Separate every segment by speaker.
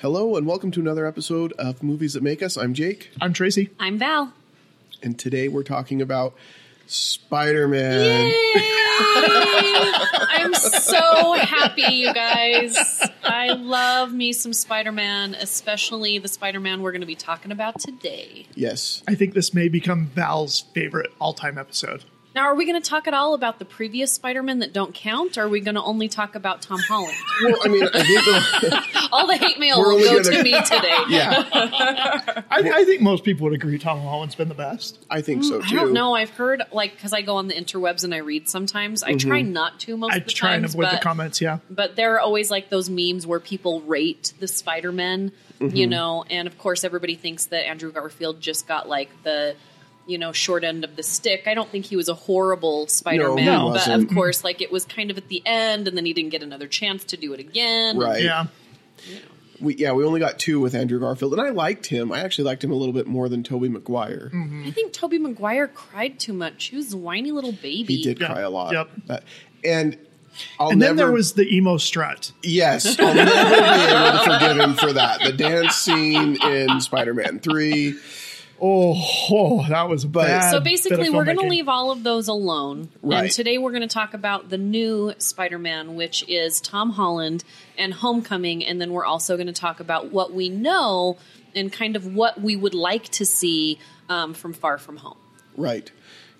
Speaker 1: Hello and welcome to another episode of Movies That Make Us. I'm Jake,
Speaker 2: I'm Tracy.
Speaker 3: I'm Val.
Speaker 1: and today we're talking about Spider-Man.
Speaker 3: I'm so happy, you guys. I love me some Spider Man, especially the Spider Man we're going to be talking about today.
Speaker 1: Yes,
Speaker 2: I think this may become Val's favorite all time episode.
Speaker 3: Now, are we going to talk at all about the previous Spider Men that don't count? Or are we going to only talk about Tom Holland?
Speaker 1: well, I mean, I think the,
Speaker 3: All the hate mail
Speaker 1: We're
Speaker 3: will
Speaker 1: only
Speaker 3: go
Speaker 1: gonna-
Speaker 3: to me today.
Speaker 1: yeah,
Speaker 2: I, I think most people would agree Tom Holland's been the best.
Speaker 1: I think so
Speaker 3: I
Speaker 1: too.
Speaker 3: don't know. I've heard, like, because I go on the interwebs and I read sometimes. I try not to most
Speaker 2: I
Speaker 3: of the
Speaker 2: try and
Speaker 3: times,
Speaker 2: avoid the
Speaker 3: but-
Speaker 2: comments, yeah.
Speaker 3: but there are always like those memes where people rate the Spider Men, you
Speaker 1: Mm-hmm.
Speaker 3: know, and of course everybody thinks that Andrew Garfield just got like the you know short end of the stick. I don't think he was a horrible Spider Man,
Speaker 1: No,
Speaker 2: he
Speaker 3: but
Speaker 1: wasn't.
Speaker 3: of course like it was kind of at the end, and then he didn't get another chance to do it again.
Speaker 1: Right?
Speaker 2: yeah.
Speaker 1: We, yeah, we only got two with Andrew Garfield, and I liked him. I actually liked him a little bit more than Toby Maguire.
Speaker 2: Mm-hmm.
Speaker 3: I think Toby Maguire cried too much. He was a whiny little baby.
Speaker 1: He did
Speaker 2: Yeah.
Speaker 1: cry a lot.
Speaker 2: Yep.
Speaker 1: Uh, and I'll
Speaker 2: And
Speaker 1: never,
Speaker 2: then there was the emo strut.
Speaker 1: Yes, I'll never be able to forgive him for that. The dance scene in Spider-Man Three.
Speaker 2: Oh, oh, that was bad.
Speaker 3: So
Speaker 2: bit of
Speaker 3: basically, we're going to
Speaker 2: filmmaking.
Speaker 3: leave all of those alone.
Speaker 1: Right.
Speaker 3: And today we're going to talk about the new Spider Man, which is Tom Holland and Homecoming. And then we're also going to talk about what we know and kind of what we would like to see um, from Far From Home.
Speaker 1: Right.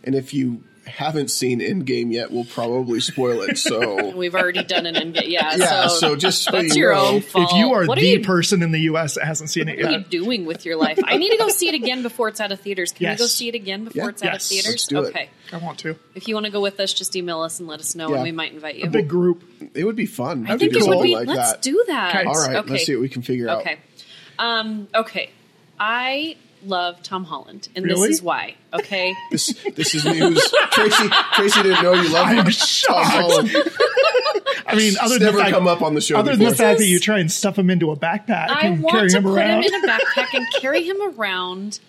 Speaker 1: And if you haven't seen Endgame yet, we'll probably spoil it. So
Speaker 3: We've already done an end. Yeah.
Speaker 1: yeah, so,
Speaker 3: so,
Speaker 1: just so
Speaker 3: that's
Speaker 1: you
Speaker 3: your
Speaker 1: know,
Speaker 3: own fault.
Speaker 2: If you are
Speaker 3: what
Speaker 2: the
Speaker 3: you,
Speaker 2: person in the U.S. that hasn't seen it
Speaker 3: What are you
Speaker 2: yet,
Speaker 3: doing with your life? I need to go see it again before it's out of theaters. Can
Speaker 2: Yes.
Speaker 3: we go see it again before
Speaker 1: Yeah.
Speaker 3: it's out
Speaker 2: Yes.
Speaker 3: of theaters?
Speaker 1: Let's do it.
Speaker 3: okay.
Speaker 2: I want to.
Speaker 3: If you want to go with us, just email us and let us know,
Speaker 1: Yeah.
Speaker 3: and we might invite you.
Speaker 2: Big group.
Speaker 1: it would be fun.
Speaker 3: I think
Speaker 1: do
Speaker 3: it would
Speaker 1: something
Speaker 3: be.
Speaker 1: like
Speaker 3: let's
Speaker 1: that.
Speaker 3: do that.
Speaker 2: Okay.
Speaker 1: All right,
Speaker 3: Okay.
Speaker 1: let's see what we can figure out.
Speaker 3: Okay. Um, okay. I love Tom Holland, and
Speaker 2: Really?
Speaker 3: this is why. Okay.
Speaker 1: This this is news. Tracy Tracy didn't know you loved
Speaker 2: I'm
Speaker 1: him.
Speaker 2: shocked. I mean,
Speaker 1: It's
Speaker 2: other than
Speaker 1: never
Speaker 2: the fact,
Speaker 1: come up on the show
Speaker 2: other than the
Speaker 1: before.
Speaker 2: fact that you try and stuff him into a backpack
Speaker 3: I
Speaker 2: and
Speaker 3: want
Speaker 2: carry
Speaker 3: to
Speaker 2: him
Speaker 3: put
Speaker 2: around.
Speaker 3: him in a backpack and carry him around.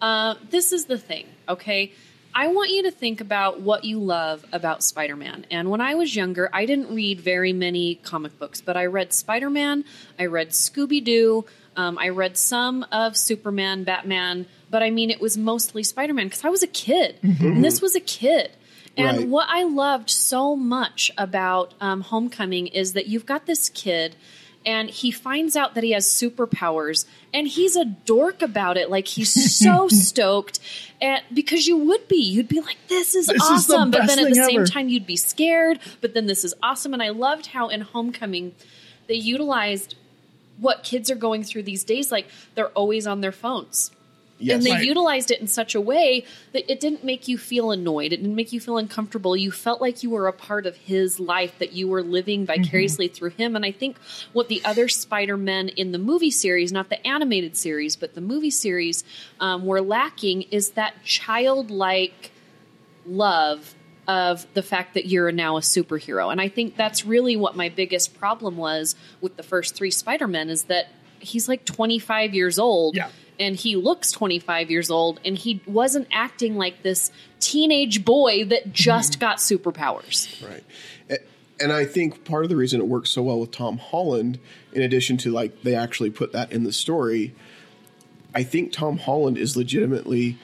Speaker 3: Uh, this is the thing, okay? I want you to think about what you love about Spider Man. And when I was younger, I didn't read very many comic books, but I read Spider Man, I read Scooby Doo, um, I read some of Superman, Batman, but I mean, it was mostly Spider Man because I was a kid.
Speaker 2: Mm-hmm.
Speaker 3: And this was a kid. And
Speaker 1: Right.
Speaker 3: what what I loved so much about um, Homecoming is that you've got this kid, and he finds out that he has superpowers, and he's a dork about it. Like he's so stoked, and because you would be, you'd be like, "This is
Speaker 2: This is the
Speaker 3: awesome!" but
Speaker 2: best
Speaker 3: then at the
Speaker 2: thing
Speaker 3: same
Speaker 2: ever.
Speaker 3: time, you'd be scared. But then this is awesome, and I loved how in Homecoming they utilized what kids are going through these days. Like they're always on their phones
Speaker 1: Yes.
Speaker 3: and they
Speaker 2: Right.
Speaker 3: utilized it in such a way that it didn't make you feel annoyed. It didn't make you feel uncomfortable. You felt like you were a part of his life, that you were living vicariously through him. And I think what the other Spider Men in the movie series, not the animated series, but the movie series, um, were lacking is that childlike love of the fact that you're now a superhero. And I think that's really what my biggest problem was with the first three Spider-Men is that he's like 25 years old
Speaker 2: Yeah.
Speaker 3: and he looks 25 years old and he wasn't acting like this teenage boy that just got superpowers.
Speaker 1: Right. A- And I think part of the reason it works so well with Tom Holland, in addition to like they actually put that in the story, I think Tom Holland is legitimately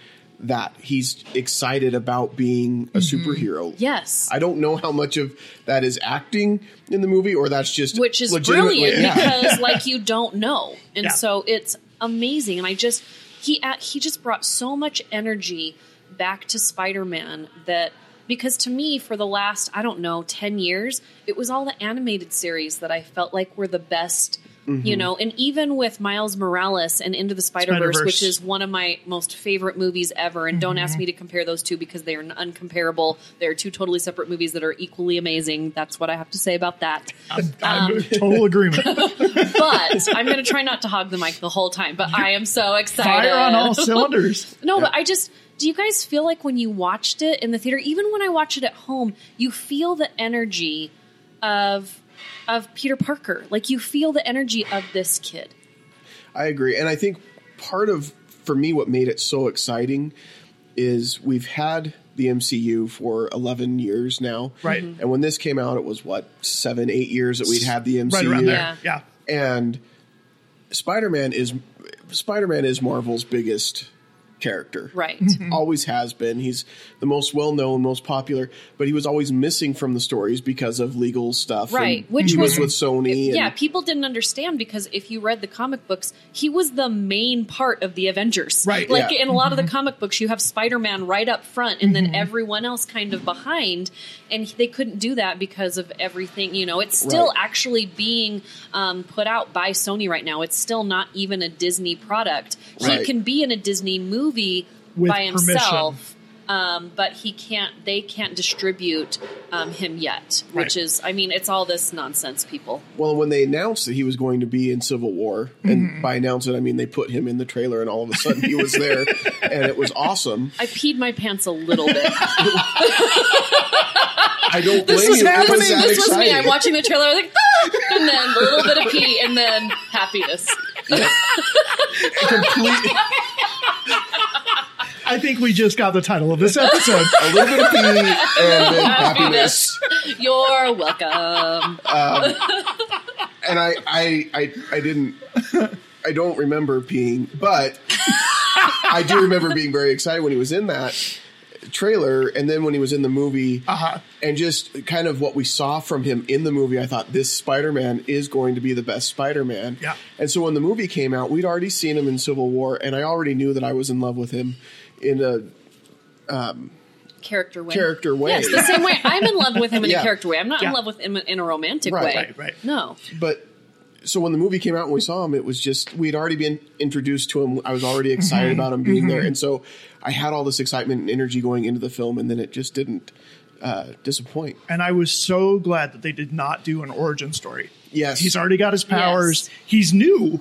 Speaker 1: that. He's excited about being a
Speaker 3: Mm-hmm.
Speaker 1: superhero.
Speaker 3: Yes.
Speaker 1: I don't know how much of that is acting in the movie or that's just
Speaker 3: which is
Speaker 1: legitimately-
Speaker 3: brilliant
Speaker 1: Yeah.
Speaker 3: because like you don't know and
Speaker 2: Yeah.
Speaker 3: so it's amazing and i just he a- he just brought so much energy back to spider-man that because to me for the last i don't know 10 years it was all the animated series that i felt like were the best
Speaker 1: Mm-hmm.
Speaker 3: you know and even with miles morales and into the spider-verse,
Speaker 2: Spider-Verse.
Speaker 3: which is one of my most favorite movies ever and don't
Speaker 1: Mm-hmm.
Speaker 3: ask me to compare those two because they are uncomparable they're two totally separate movies that are equally amazing that's what i have to say about that
Speaker 2: I'm, I'm in total agreement.
Speaker 3: but I'm going to try not to hog the mic the whole time. But I am so excited.
Speaker 2: Fire on all cylinders.
Speaker 3: no, but I just. Do you guys feel like when you watched it in the theater, even when I watch it at home, you feel the energy of of Peter Parker? Like you feel the energy of this kid.
Speaker 1: I agree. And I think part of, for me, what made it so exciting is we've had the MCU for 11 years now.
Speaker 2: Right. Mhm.
Speaker 1: And when this came out, it was what, seven, eight years that we'd had the MCU.
Speaker 2: Right around there.
Speaker 3: Yeah.
Speaker 2: Yeah.
Speaker 1: And Spider-Man is Spider-Man is Marvel's biggest character.
Speaker 3: Right.
Speaker 1: Always has been. He's the most well-known, most popular, but he was always missing from the stories because of legal stuff. and
Speaker 3: Right, which
Speaker 1: he was, with
Speaker 3: was-
Speaker 1: Sony. and-
Speaker 3: yeah, people didn't understand because if you read the comic books, he was the main part of the Avengers.
Speaker 2: Right,
Speaker 3: Like
Speaker 1: yeah.
Speaker 3: in a
Speaker 2: Mm-hmm.
Speaker 3: lot of the comic books, you have Spider Man right up front and then everyone else kind of behind. And they couldn't do that because of everything. You know, it's still
Speaker 1: Right.
Speaker 3: actually being um, put out by Sony right now. It's still not even a Disney product.
Speaker 1: Right.
Speaker 3: He can be in a Disney movie
Speaker 2: With
Speaker 3: by
Speaker 2: permission.
Speaker 3: himself. Um, but he can't. They can't distribute um, him yet, which
Speaker 2: Right.
Speaker 3: is, I mean, it's all this nonsense, people.
Speaker 1: Well, when they announced that he was going to be in Civil War, and by announce it, I mean they put him in the trailer, and all of a sudden he was there, and it was awesome.
Speaker 3: I peed my pants a little bit.
Speaker 1: I don't blame
Speaker 2: This was
Speaker 1: you. It
Speaker 2: happening.
Speaker 1: that
Speaker 3: this was me. I'm
Speaker 1: exciting.
Speaker 3: watching the trailer, I was like, "Ah!" and then a little bit of pee, and then happiness.
Speaker 1: Complete-
Speaker 2: I think we just got the title of this episode.
Speaker 1: a little bit of pee and then happiness.
Speaker 3: Happiness. You're welcome.
Speaker 1: And I, I, I, I didn't. I don't remember peeing, but I do remember being very excited when he was in that trailer, and then when he was in the movie.
Speaker 2: Uh-huh.
Speaker 1: and just kind of what we saw from him in the movie, I thought this Spider Man is going to be the best Spider Man.
Speaker 2: Yeah.
Speaker 1: And so when the movie came out, we'd already seen him in Civil War, and I already knew that I was in love with him in a
Speaker 3: Character way.
Speaker 1: character way.
Speaker 3: Yes, the same way I'm in love with him in
Speaker 1: Yeah.
Speaker 3: a character way. I'm not in
Speaker 2: Yeah.
Speaker 3: love with him in a romantic
Speaker 1: Right,
Speaker 3: way.
Speaker 2: right, right.
Speaker 3: No.
Speaker 1: but so when the movie came out and we saw him, it was just we'd already been introduced to him. I was
Speaker 2: Mm-hmm.
Speaker 1: already excited about him being there, and so I had all this excitement and energy going into the film, and then it just didn't uh, disappoint.
Speaker 2: and I was so glad that they did not do an origin story.
Speaker 1: Yes.
Speaker 2: He's already got his powers. He's new.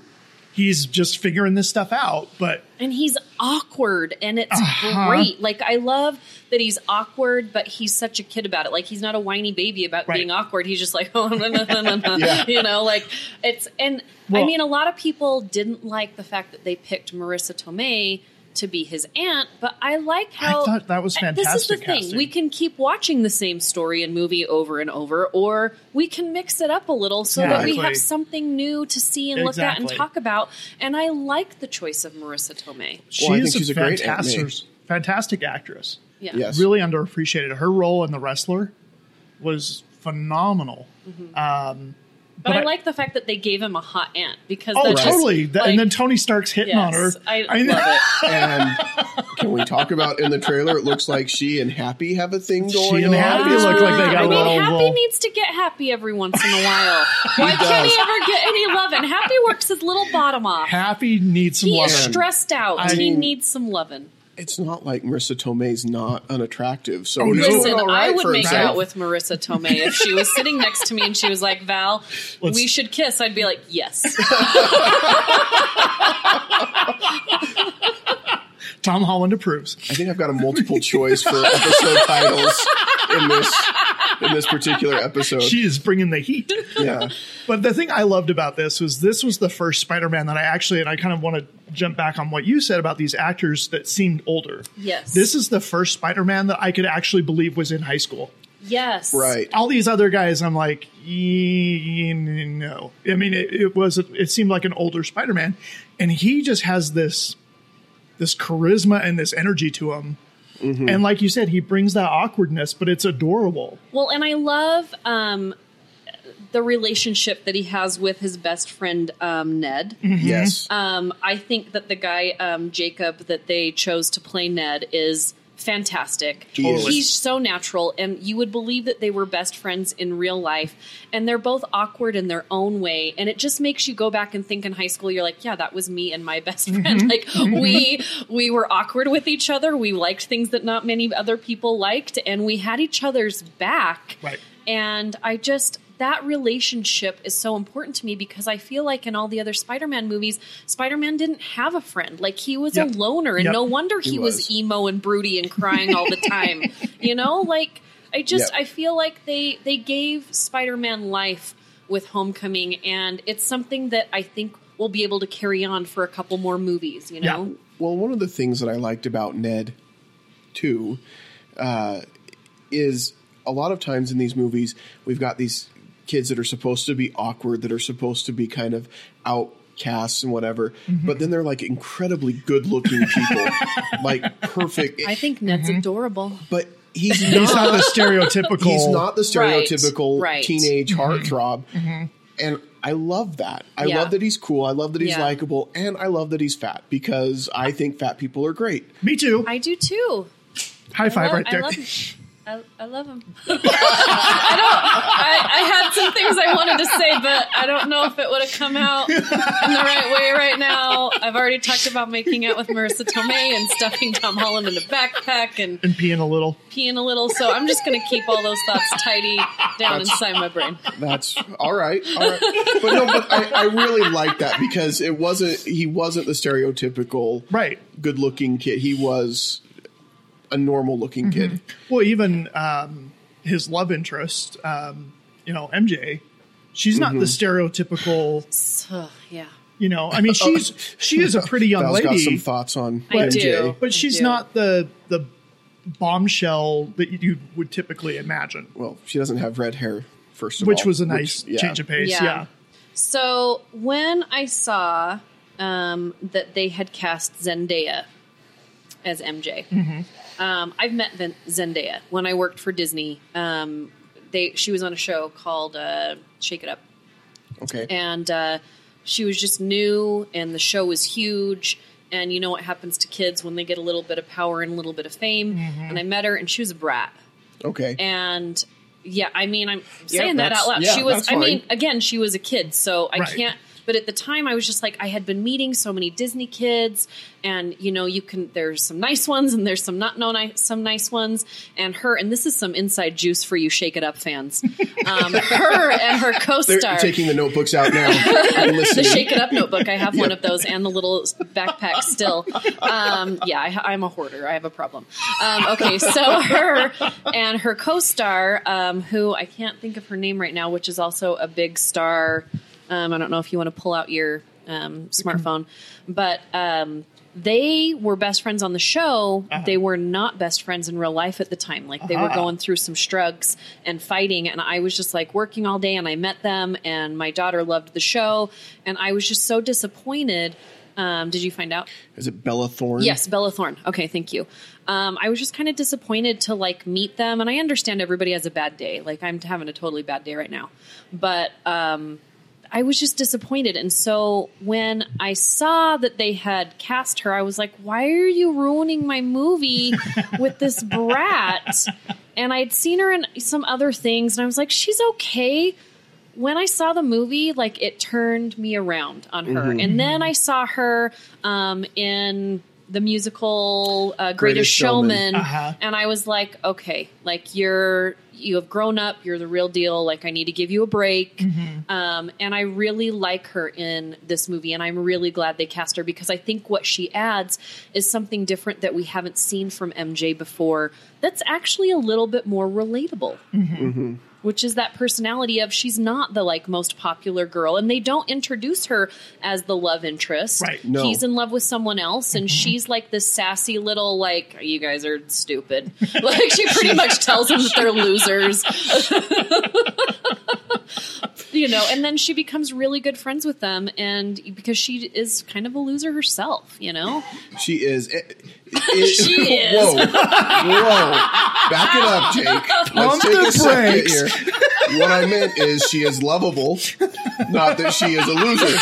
Speaker 2: He's just figuring this stuff out, but
Speaker 3: and he's awkward and it's
Speaker 2: Uh-huh.
Speaker 3: great like i love that he's awkward but he's such a kid about it like he's not a whiny baby about
Speaker 2: Right.
Speaker 3: being awkward he's just like oh no, no, no, no, no.
Speaker 1: Yeah.
Speaker 3: you know like it's and i
Speaker 2: Well-
Speaker 3: mean a lot of people didn't like the fact that they picked marissa tomei to be his aunt but i like how
Speaker 2: thought that was
Speaker 3: And this is the
Speaker 2: fantastic
Speaker 3: thing
Speaker 2: casting.
Speaker 3: we can keep watching the same story and movie over and over or we can mix it up a little so that we
Speaker 2: Exactly.
Speaker 3: have something new to see and look at and
Speaker 2: Exactly.
Speaker 3: talk about and i like the choice of marissa tomei
Speaker 2: she
Speaker 1: Well, I think
Speaker 2: is
Speaker 1: she's
Speaker 2: a
Speaker 1: a great Aunt May.
Speaker 2: fantastic, fantastic actress.
Speaker 3: Yeah.
Speaker 1: Yes.
Speaker 2: Really underappreciated. Her role in The Wrestler was phenomenal.
Speaker 3: Mhm.
Speaker 2: Um,
Speaker 3: But,
Speaker 2: But
Speaker 3: I,
Speaker 2: I-
Speaker 3: like the fact that they gave him a hot aunt because
Speaker 2: oh,
Speaker 3: that just,
Speaker 2: totally. Th-
Speaker 3: like,
Speaker 2: and then Tony Stark's hitting on her.
Speaker 3: yes, I, love it.
Speaker 1: And can we talk about in the trailer? It looks like she and Happy have a thing going.
Speaker 2: and
Speaker 1: on.
Speaker 2: Happy They look like they
Speaker 3: Ah,
Speaker 2: got
Speaker 3: I mean,
Speaker 2: along
Speaker 3: Happy
Speaker 2: well.
Speaker 3: needs to get happy every once in a while. Why can't
Speaker 1: does.
Speaker 3: he ever get any loving? Happy works his little bottom off.
Speaker 2: Happy needs some
Speaker 3: he
Speaker 2: love.
Speaker 3: is stressed out.
Speaker 2: I
Speaker 3: he
Speaker 1: mean-
Speaker 3: needs some loving.
Speaker 1: it's not like Marissa Tomei's not unattractive. So
Speaker 2: Oh,
Speaker 1: he's
Speaker 2: no.
Speaker 1: doing
Speaker 3: Listen,
Speaker 1: all
Speaker 3: I
Speaker 1: right
Speaker 3: would
Speaker 1: for
Speaker 3: make
Speaker 1: himself.
Speaker 3: out with Marissa Tomei if she was sitting next to me and she was like, "Val,
Speaker 2: Let's-
Speaker 3: we should kiss." I'd be like, "Yes."
Speaker 2: Tom Holland approves.
Speaker 1: I think I've got a multiple choice for episode titles in this in this particular episode.
Speaker 2: She is bringing the heat.
Speaker 1: yeah,
Speaker 2: But the thing I loved about this was this was the first Spider-Man that I actually, and I kind of want to jump back on what you said about these actors that seemed older.
Speaker 3: Yes.
Speaker 2: This is the first Spider-Man that I could actually believe was in high school.
Speaker 3: yes.
Speaker 1: right.
Speaker 2: All these other guys, I'm like, "Ye- no. I mean, it, it was, it seemed like an older Spider-Man, and he just has this, this charisma and this energy to him.
Speaker 1: Mm-hmm.
Speaker 2: And like you said, he brings that awkwardness, but it's adorable.
Speaker 3: Well, and I love um, the relationship that he has with his best friend um, Ned.
Speaker 1: Mm-hmm. Yes,
Speaker 3: Um, I think that the guy um, Jacob that they chose to play Ned is fantastic.
Speaker 1: He is.
Speaker 3: He's so natural, and you would believe that they were best friends in real life. And they're both awkward in their own way, and it just makes you go back and think in high school. You're like, yeah, that was me and my best
Speaker 2: Mm-hmm.
Speaker 3: friend. Like we we were awkward with each other. We liked things that not many other people liked, and we had each other's back.
Speaker 2: Right.
Speaker 3: And I just that relationship is so important to me because I feel like in all the other Spider-Man movies, Spider-Man didn't have a friend. Like he was
Speaker 2: Yep.
Speaker 3: a loner and
Speaker 2: Yep.
Speaker 3: no wonder he,
Speaker 1: He
Speaker 3: was.
Speaker 1: was.
Speaker 3: emo and broody and crying all the time. you know, like I just
Speaker 1: Yep.
Speaker 3: I feel like they they gave Spider-Man life with Homecoming and it's something that I think we'll be able to carry on for a couple more movies, you
Speaker 2: Yeah.
Speaker 3: know.
Speaker 1: Well, one of the things that I liked about Ned, too, uh, is a lot of times in these movies, we've got these kids that are supposed to be awkward, that are supposed to be kind of outcast casts and whatever, but then they're like incredibly good looking people, like perfect.
Speaker 3: I think Ned's adorable.
Speaker 1: but he's not,
Speaker 2: He's not the stereotypical.
Speaker 1: he's not the stereotypical
Speaker 3: right.
Speaker 1: teenage
Speaker 2: Mm-hmm.
Speaker 1: heartthrob. And I love that. I
Speaker 3: Yeah.
Speaker 1: love that he's cool. I love that he's
Speaker 3: Yeah.
Speaker 1: likable. And I love that he's fat because I think fat people are great.
Speaker 2: Me too.
Speaker 3: I do too.
Speaker 2: High
Speaker 3: I
Speaker 2: five
Speaker 3: love-
Speaker 2: right there.
Speaker 3: I love him. I, I love him. I don't. I, I had some things I wanted to say, but I don't know if it would have come out in the right way right now. I've already talked about making out with Marissa Tomei and stuffing Tom Holland in a backpack and
Speaker 2: and peeing a little.
Speaker 3: peeing a little. So I'm just going to keep all those thoughts tidy down inside my brain.
Speaker 1: That's all right. All right. But no, but I, I really like that because it wasn't, he wasn't the stereotypical
Speaker 2: Right.
Speaker 1: good looking kid. He was a normal looking kid.
Speaker 2: Well, even um, his love interest, um, you know, MJ, she's not the
Speaker 1: Mm-hmm.
Speaker 2: stereotypical.
Speaker 3: So, yeah.
Speaker 2: You know, I mean, she's she is a pretty young
Speaker 1: Oh. Val's got some
Speaker 2: lady,
Speaker 1: thoughts on
Speaker 3: I
Speaker 1: MJ.
Speaker 3: do.
Speaker 2: but she's
Speaker 3: do.
Speaker 2: not the the bombshell that you would typically imagine.
Speaker 1: Well, she doesn't have red hair, first of all.
Speaker 2: Which was a nice
Speaker 1: yeah.
Speaker 2: change of pace.
Speaker 3: Yeah.
Speaker 2: Yeah.
Speaker 3: So when I saw um, that they had cast Zendaya as MJ, um, I've met Ven- Zendaya when I worked for Disney. Um, they she was on a show called uh, Shake It Up,
Speaker 1: Okay.
Speaker 3: and uh, she was just new, and the show was huge. And you know what happens to kids when they get a little bit of power and a little bit of fame. And I met her, and she was a brat
Speaker 1: okay.
Speaker 3: and yeah, I mean, I'm
Speaker 1: Yeah,
Speaker 3: saying that
Speaker 1: that's-
Speaker 3: out loud.
Speaker 1: yeah,
Speaker 3: she was,
Speaker 1: that's
Speaker 3: I mean,
Speaker 1: fine.
Speaker 3: again, she was a kid, so I
Speaker 2: Right.
Speaker 3: can't. But at the time, I was just like, I had been meeting so many Disney kids, and you know, you can. There's some nice ones, and there's some not no nice, some nice ones. And her, and this is some inside juice for you, Shake It Up fans. Um, her and her
Speaker 1: They're
Speaker 3: co-star.
Speaker 1: taking the notebooks out now and
Speaker 3: the
Speaker 1: listening.
Speaker 3: Shake It Up notebook. I have one of those and the little backpack still. Um, yeah, I, I'm a hoarder. I have a problem. Um, okay, so her and her co star, um, who I can't think of her name right now, which is also a big star. Um, I don't know if you want to pull out your um, smartphone, but. Um, they were best friends on the show. They were not best friends in real life at the time. Like they were
Speaker 2: Ah.
Speaker 3: going through some struggles and fighting and i was just like working all day and i met them and my daughter loved the show and i was just so disappointed um, did you find out
Speaker 1: Is it Bella Thorne?
Speaker 3: yes bella thorne okay thank you um, i was just kind of disappointed to like meet them and i understand everybody has a bad day like i'm having a totally bad day right now but um, i was just disappointed and so when i saw that they had cast her i was like why are you ruining my movie with this brat and i'd seen her in some other things and i was like she's okay when I saw the movie, like it turned me around on her.
Speaker 1: Mm-hmm.
Speaker 3: And then I saw her um, in the musical uh, Greatest,
Speaker 1: Greatest
Speaker 3: Showman,
Speaker 1: Showman.
Speaker 2: Uh-huh.
Speaker 3: and I was like, okay, like you're you have grown up, you're the real deal. Like I need to give you a break.
Speaker 1: Mm-hmm.
Speaker 3: Um, and I really like her in this movie, and I'm really glad they cast her because I think what she adds is something different that we haven't seen from MJ before. That's actually a little bit more relatable which is that personality of she's not the like most popular girl and they don't introduce her as the love interest
Speaker 2: Right.
Speaker 1: No.
Speaker 3: he's in love with someone else and she's like this sassy little like you guys are stupid like she pretty much tells them that they're losers you know and then she becomes really good friends with them and because she is kind of a loser herself you know
Speaker 1: She is. It, it-
Speaker 3: She is.
Speaker 1: Whoa. Whoa. Back it up, Jake.
Speaker 2: Pump
Speaker 1: Let's take
Speaker 2: the
Speaker 1: a second
Speaker 2: brakes.
Speaker 1: here. What I meant is she is lovable, not that she is a loser.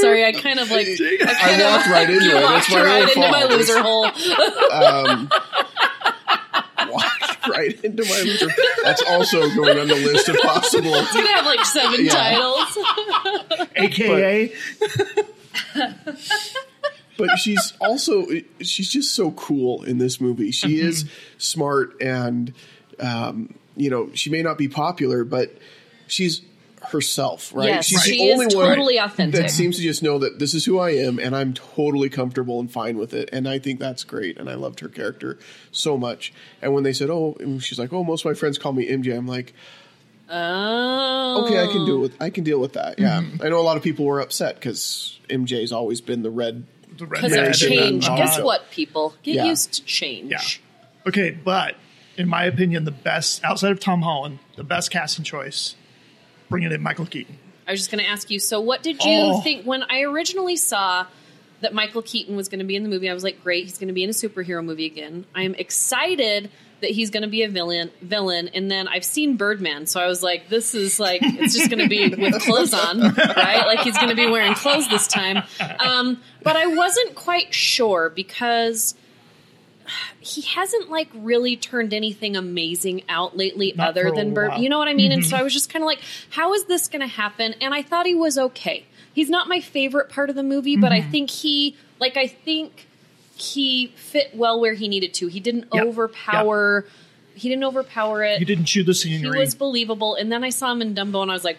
Speaker 3: sorry i kind of like
Speaker 1: I walked right into
Speaker 3: you
Speaker 1: it. It's
Speaker 3: walked
Speaker 1: my own
Speaker 3: right into
Speaker 1: fault.
Speaker 3: my loser hole
Speaker 1: Walked right into my loser. That's also going on the list of possible.
Speaker 3: It's gonna have like seven
Speaker 1: Yeah.
Speaker 3: titles.
Speaker 2: AKA,
Speaker 1: but she's also she's just so cool in this movie. She is smart and um, you know she may not be popular, but she's herself, right?
Speaker 3: Yes,
Speaker 1: she's
Speaker 3: she is totally authentic.
Speaker 1: that seems to just know that this is who I am, and I'm totally comfortable and fine with it. And I think that's great. And I loved her character so much. And when they said, "Oh," and she's like, "Oh, most of my friends call me MJ," I'm like,
Speaker 3: Oh,
Speaker 1: "Okay, I can deal with I can deal with that." Yeah, I know a lot of people were upset because MJ's always been the red.
Speaker 2: the red
Speaker 3: Because of
Speaker 1: Yeah, I did
Speaker 3: change.
Speaker 1: that.
Speaker 3: Guess
Speaker 1: Also.
Speaker 3: what, people? Get
Speaker 1: Yeah.
Speaker 3: used to change.
Speaker 2: Yeah. Okay, but in my opinion, the best outside of Tom Holland, the best casting choice bringing in Michael Keaton.
Speaker 3: I was just going to ask you. So, what did you
Speaker 2: Oh.
Speaker 3: think when I originally saw that Michael Keaton was going to be in the movie? I was like, great, he's going to be in a superhero movie again. I am excited that he's going to be a villain. Villain, and then I've seen Birdman, so I was like, this is like it's just going to be with clothes on, right? Like he's going to be wearing clothes this time. Um, but I wasn't quite sure because. He hasn't like really turned anything amazing out lately,
Speaker 2: Not
Speaker 3: other
Speaker 2: for a
Speaker 3: than Bird.
Speaker 2: while.
Speaker 3: You know what I mean? And so I was just kind of like, how is this going to happen? And I thought he was okay. He's not my favorite part of the movie, but
Speaker 2: Mm-hmm.
Speaker 3: I think he, like, I think he fit well where he needed to. He didn't
Speaker 2: Yep.
Speaker 3: overpower. He didn't overpower it.
Speaker 2: You didn't chew the
Speaker 3: he
Speaker 2: scenery.
Speaker 3: was believable. And then I saw him in Dumbo, and I was like,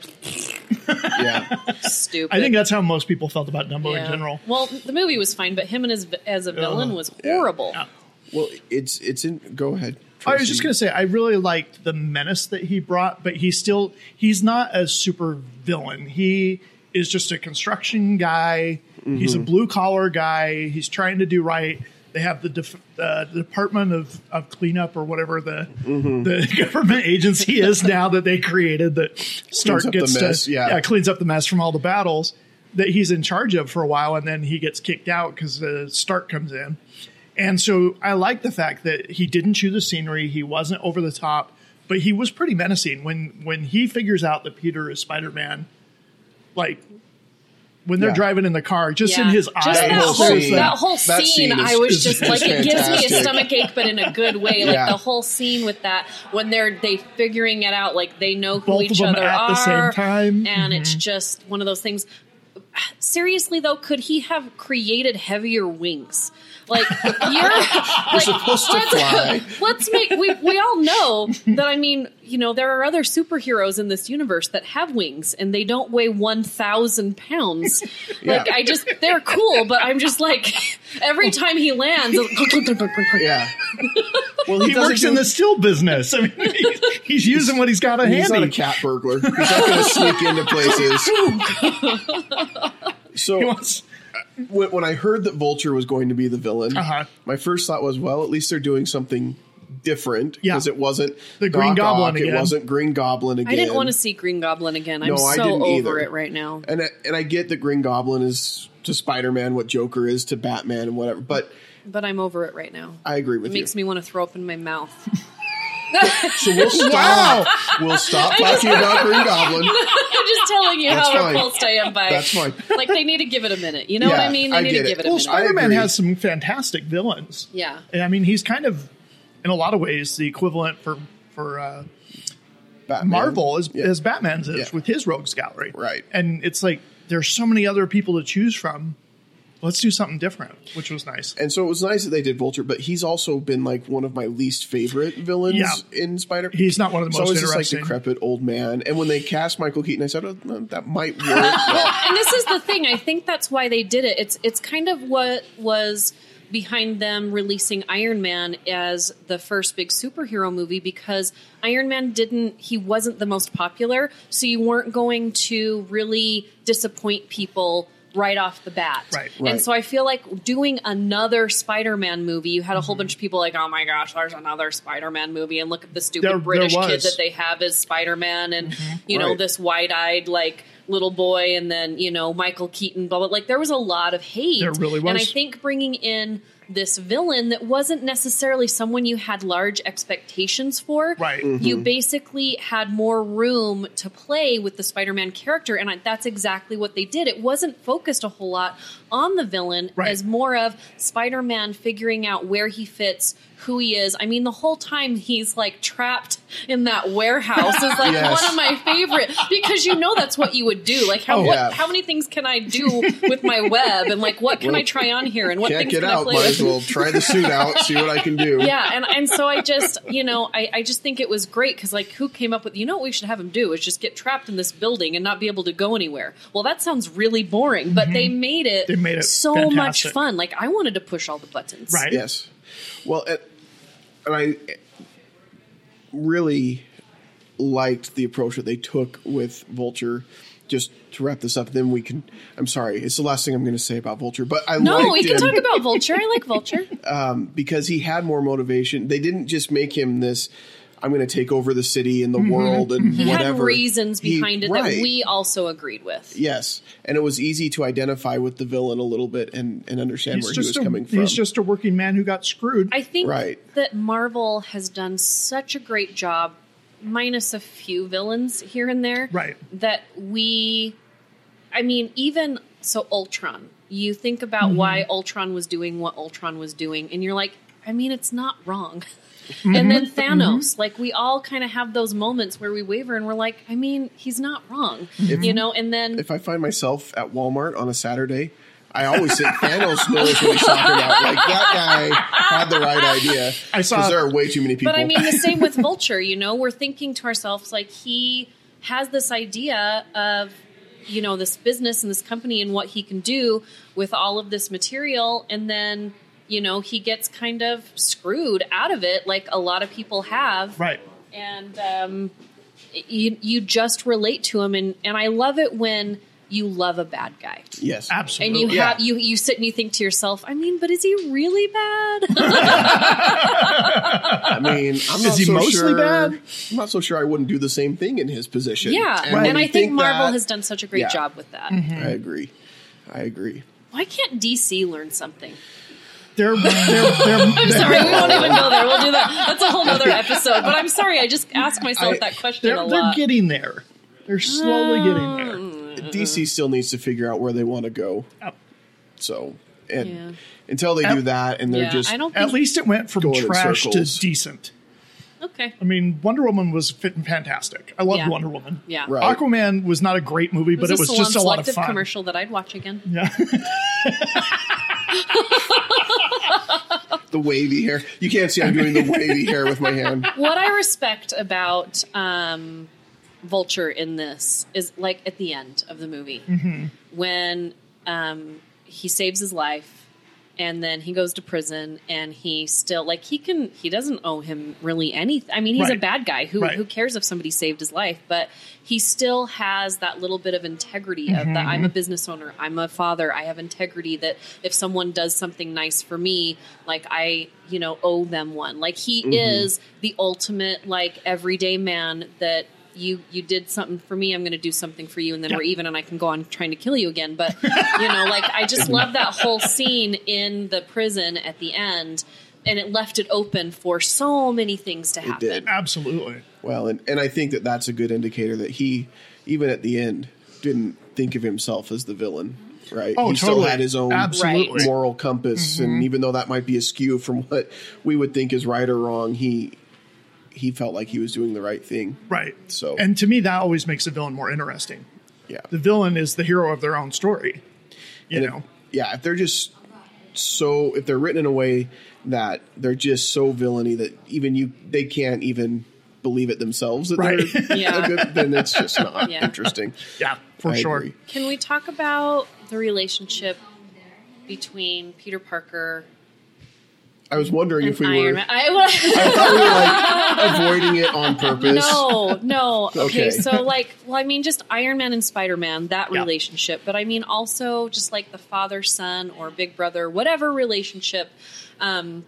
Speaker 1: yeah.
Speaker 3: stupid.
Speaker 2: I think that's how most people felt about Dumbo
Speaker 3: Yeah.
Speaker 2: in general.
Speaker 3: Well, the movie was fine, but him and his as a villain was horrible.
Speaker 2: Yeah.
Speaker 1: Well, it's it's in. Go ahead.
Speaker 2: I was just gonna say I really liked the menace that he brought, but he still he's not a super villain. He is just a construction guy. He's a blue collar guy. He's trying to do right. They have the, def- uh, Department of, of Cleanup or whatever the the government agency is now that they created that Stark
Speaker 1: up the
Speaker 2: gets
Speaker 1: mess,
Speaker 2: to
Speaker 1: yeah.
Speaker 2: cleans up the mess from all the battles that he's in charge of for a while, and then he gets kicked out because uh, Stark comes in. And so I like the fact that he didn't chew the scenery. He wasn't over the top, but he was pretty menacing when when he figures out that Peter is Spider Man. Like when they're
Speaker 1: Yeah.
Speaker 2: driving in the car, just
Speaker 3: Yeah.
Speaker 2: in his eyes,
Speaker 3: Just that,
Speaker 1: whole
Speaker 3: whole,
Speaker 1: scene-
Speaker 3: that whole scene,
Speaker 1: that scene is-
Speaker 3: I was
Speaker 1: is-
Speaker 3: just
Speaker 1: is
Speaker 3: like, it gives me a
Speaker 1: fantastic.
Speaker 3: stomach ache, but in a good way. Like
Speaker 1: Yeah.
Speaker 3: the whole scene with that when they're they figuring it out, like they know who
Speaker 2: Both
Speaker 3: each
Speaker 2: of them
Speaker 3: other
Speaker 2: at
Speaker 3: are
Speaker 2: the same time.
Speaker 3: and
Speaker 1: Mm-hmm.
Speaker 3: it's just one of those things. Seriously though, could he have created heavier wings? Like you're, like,
Speaker 1: supposed to
Speaker 3: let's,
Speaker 1: fly.
Speaker 3: let's make we we all know that I mean, you know, there are other superheroes in this universe that have wings and they don't weigh one thousand pounds. Like
Speaker 1: Yeah.
Speaker 3: I just they're cool, but I'm just like every time he lands
Speaker 1: Yeah. Well,
Speaker 2: he
Speaker 1: doesn't
Speaker 2: works
Speaker 1: do-
Speaker 2: in the steel business. I mean, he's, he's using what he's got at
Speaker 1: He's not a
Speaker 2: handy.
Speaker 1: cat burglar. He's not going to sneak into places.
Speaker 2: Oh, He
Speaker 1: So
Speaker 2: wants-
Speaker 1: when, when I heard that Vulture was going to be the villain,
Speaker 2: Uh-huh.
Speaker 1: my first thought was, well, at least they're doing something different
Speaker 2: Yeah.
Speaker 1: because it wasn't
Speaker 2: The Green
Speaker 1: Doc
Speaker 2: Goblin
Speaker 1: Ock,
Speaker 2: again.
Speaker 1: It wasn't Green Goblin again.
Speaker 3: I didn't want to see Green Goblin again. I'm
Speaker 1: No, I
Speaker 3: so
Speaker 1: didn't
Speaker 3: over
Speaker 1: either.
Speaker 3: it right now.
Speaker 1: and I, and I get that Green Goblin is to Spider Man what Joker is to Batman and whatever, but
Speaker 3: But I'm over it right now.
Speaker 1: I agree with
Speaker 3: It makes
Speaker 1: you.
Speaker 3: me want to throw up in my mouth.
Speaker 1: so we'll stop. We'll stop talking about Green Goblin.
Speaker 3: I'm just telling you
Speaker 1: That's
Speaker 3: how
Speaker 1: fine.
Speaker 3: repulsed I am by.
Speaker 1: That's fine.
Speaker 3: Like they need to give it a minute. You know what
Speaker 1: Yeah,
Speaker 3: I mean? They
Speaker 1: I
Speaker 3: need
Speaker 1: get
Speaker 3: to
Speaker 1: it.
Speaker 3: give it a
Speaker 2: well,
Speaker 3: minute.
Speaker 1: I
Speaker 2: Spider Man
Speaker 1: agree.
Speaker 2: has some fantastic villains.
Speaker 3: yeah.
Speaker 2: And I mean, he's kind of, in a lot of ways, the equivalent for for uh,
Speaker 1: Batman.
Speaker 2: Marvel as,
Speaker 1: Yeah.
Speaker 2: as Batman's is
Speaker 1: Yeah.
Speaker 2: with his Rogues Gallery.
Speaker 1: Right.
Speaker 2: And it's like there's so many other people to choose from. Let's do something different, which was nice.
Speaker 1: And so it was nice that they did Vulture, but he's also been like one of my least favorite villains
Speaker 2: Yeah.
Speaker 1: in Spider.
Speaker 2: He's not one of the
Speaker 1: He's
Speaker 2: most
Speaker 1: always just like
Speaker 2: interesting.
Speaker 1: decrepit old man. And when they cast Michael Keaton, I said, oh, well, that might work. Well,
Speaker 3: and this is the thing. I think that's why they did it. It's it's kind of what was behind them releasing Iron Man as the first big superhero movie because Iron Man didn't he wasn't the most popular, so you weren't going to really disappoint people right off the bat.
Speaker 2: Right.
Speaker 1: Right.
Speaker 3: And so I feel like doing another Spider-Man movie, you had a
Speaker 2: Mm-hmm.
Speaker 3: whole bunch of people like, "Oh my gosh, there's another Spider-Man movie and look at the stupid
Speaker 2: There- there
Speaker 3: British kid
Speaker 2: was.
Speaker 3: that they have as Spider-Man and
Speaker 2: Mm-hmm.
Speaker 3: you know
Speaker 1: Right.
Speaker 3: this wide-eyed like little boy and then you know Michael Keaton blah blah like there was a lot of hate
Speaker 2: There really
Speaker 3: and I
Speaker 2: was.
Speaker 3: think bringing in this villain that wasn't necessarily someone you had large expectations for
Speaker 2: Right.
Speaker 3: you
Speaker 1: Mm-hmm.
Speaker 3: basically had more room to play with the Spider-Man character and I, that's exactly what they did it wasn't focused a whole lot on the villain
Speaker 2: Right.
Speaker 3: as more of Spider-Man figuring out where he fits who he is I mean the whole time he's like trapped in that warehouse is like
Speaker 1: Yes.
Speaker 3: one of my favorite because you know that's what you would do like how
Speaker 2: Oh,
Speaker 3: what,
Speaker 1: yeah.
Speaker 3: how many things can I do with my web and like what can I try on here and what
Speaker 1: can't
Speaker 3: things
Speaker 1: get
Speaker 3: can I
Speaker 1: out.
Speaker 3: play
Speaker 1: Might
Speaker 3: with
Speaker 1: as well try the suit out, see what I can do.
Speaker 3: yeah and, and so i just you know i, I just think it was great because like who came up with you know what we should have him do is just get trapped in this building and not be able to go anywhere well that sounds really boring but they made it
Speaker 2: Mm-hmm. They made it
Speaker 3: so
Speaker 2: fantastic.
Speaker 3: much fun like i wanted to push all the buttons
Speaker 2: Right.
Speaker 1: Yes. Well, and, and I really liked the approach that they took with Vulture. Just to wrap this up, then we can. I'm sorry, it's the last thing I'm going to say about Vulture, but I
Speaker 3: no
Speaker 1: liked
Speaker 3: we can
Speaker 1: him.
Speaker 3: talk about vulture i like vulture
Speaker 1: because he had more motivation. They didn't just make him this. I'm going to take over the city and the world and
Speaker 3: Mm-hmm. He
Speaker 1: whatever.
Speaker 3: had reasons
Speaker 1: He-
Speaker 3: behind it
Speaker 1: right.
Speaker 3: that we also agreed with.
Speaker 1: Yes, and it was easy to identify with the villain a little bit and and understand
Speaker 2: He's
Speaker 1: where he was
Speaker 2: just a
Speaker 1: coming from.
Speaker 2: he's just a working man who got screwed.
Speaker 3: I think
Speaker 1: Right.
Speaker 3: that Marvel has done such a great job, minus a few villains here and there.
Speaker 2: Right.
Speaker 3: That we, I mean, even so, Ultron. You think about
Speaker 1: Mm-hmm.
Speaker 3: why Ultron was doing what Ultron was doing, and you're like, I mean, it's not wrong.
Speaker 1: Mm-hmm.
Speaker 3: And then Thanos, like we all kind of have those moments where we waver and we're like, I mean, he's not wrong, you know. And then
Speaker 1: if I find myself at Walmart on a Saturday, I always think Thanos knows what he's talking about. Like that guy had the right idea.
Speaker 2: I saw-
Speaker 1: because there are way too many people.
Speaker 3: But I mean, the same with Vulture. You know, we're thinking to ourselves like he has this idea of you know this business and this company and what he can do with all of this material, and then you know he gets kind of screwed out of it, like a lot of people have,
Speaker 2: right.
Speaker 3: and um, you you just relate to him, and and I love it when you love a bad guy.
Speaker 1: yes,
Speaker 3: And
Speaker 2: Absolutely.
Speaker 3: you
Speaker 1: Yeah.
Speaker 3: have you you sit and you think to yourself, I mean, but is he really bad?
Speaker 1: I mean, I'm not
Speaker 2: he
Speaker 1: so
Speaker 2: mostly
Speaker 1: sure.
Speaker 2: bad?
Speaker 1: I'm not so sure I wouldn't do the same thing in his position.
Speaker 3: yeah,
Speaker 1: when
Speaker 3: and I
Speaker 1: you
Speaker 3: think Marvel
Speaker 1: that-
Speaker 3: has done such a great
Speaker 1: Yeah.
Speaker 3: job with that.
Speaker 1: I agree. I agree.
Speaker 3: Why can't DC learn something?
Speaker 2: They're, they're, they're,
Speaker 3: I'm sorry, we won't even go there. We'll do that. That's a whole other episode. But I'm sorry, I just ask myself
Speaker 1: I-
Speaker 3: that question a
Speaker 2: they're, they're
Speaker 3: lot.
Speaker 2: getting there. They're slowly getting
Speaker 1: Mm.
Speaker 2: there.
Speaker 1: DC still needs to figure out where they want to go.
Speaker 2: At-
Speaker 1: So, and
Speaker 3: Yeah.
Speaker 1: until they do that, and they're
Speaker 3: yeah,
Speaker 1: just
Speaker 3: I don't think.
Speaker 2: At least it went from
Speaker 1: Going in
Speaker 2: trash to
Speaker 1: circles.
Speaker 2: decent.
Speaker 3: okay.
Speaker 2: I mean, Wonder Woman was fit and fantastic. I loved
Speaker 3: Yeah.
Speaker 2: Wonder Woman.
Speaker 3: Yeah.
Speaker 1: Right.
Speaker 2: Aquaman was not a great movie, but it was
Speaker 3: a
Speaker 2: just a lot of
Speaker 3: selective
Speaker 2: fun.
Speaker 3: commercial that I'd watch again.
Speaker 2: Yeah.
Speaker 1: the wavy hair. You can't see I'm doing the wavy hair with my hand.
Speaker 3: what I respect about um, Vulture in this is like at the end of the movie when um, he saves his life and then he goes to prison and he still like he can he doesn't owe him really anything. I mean he's a
Speaker 2: Right.
Speaker 3: bad guy who
Speaker 2: Right.
Speaker 3: who cares if somebody saved his life, but he still has that little bit of integrity of that I'm a business owner, I'm a father, I have integrity that if someone does something nice for me, like I, you know, owe them one. Like he
Speaker 2: Mm-hmm.
Speaker 3: is the ultimate like everyday man that you you did something for me, I'm going to do something for you and then
Speaker 2: Yeah.
Speaker 3: we're even and I can go on trying to kill you again, but you know, like I just love that whole scene in the prison at the end. And it left it open for so many things to happen.
Speaker 1: did.
Speaker 2: Absolutely.
Speaker 1: Well, and, and I think that that's a good indicator that he, even at the end, didn't think of himself as the villain, right?
Speaker 2: Oh,
Speaker 1: he still
Speaker 2: totally.
Speaker 1: had his own
Speaker 2: Absolutely. Mm-hmm.
Speaker 3: Right.
Speaker 1: moral compass, and even though that might be askew from what we would think is right or wrong, he he felt like he was doing the right thing.
Speaker 2: Right.
Speaker 1: So-
Speaker 2: and to me, that always makes a villain more interesting.
Speaker 1: Yeah,
Speaker 2: The villain is the hero of their own story. You
Speaker 1: And if-
Speaker 2: know.
Speaker 1: yeah. If they're just so, if they're written in a way that they're just so villainy that even you they can't even believe it themselves that
Speaker 2: Right.
Speaker 1: they're
Speaker 3: Yeah.
Speaker 1: a good, then it's just not
Speaker 3: Yeah.
Speaker 1: interesting.
Speaker 2: yeah, for
Speaker 1: I
Speaker 2: sure.
Speaker 1: agree.
Speaker 3: Can we talk about the relationship between Peter Parker
Speaker 1: I was wondering
Speaker 3: and
Speaker 1: if we
Speaker 3: Iron
Speaker 1: were.
Speaker 3: Man? I,
Speaker 1: I thought we were like avoiding it on purpose.
Speaker 3: no, no. Okay,
Speaker 1: Okay.
Speaker 3: so like, well, I mean, just Iron Man and Spider Man, that
Speaker 2: Yeah.
Speaker 3: relationship, but I mean, also just like the father son or big brother, whatever relationship um,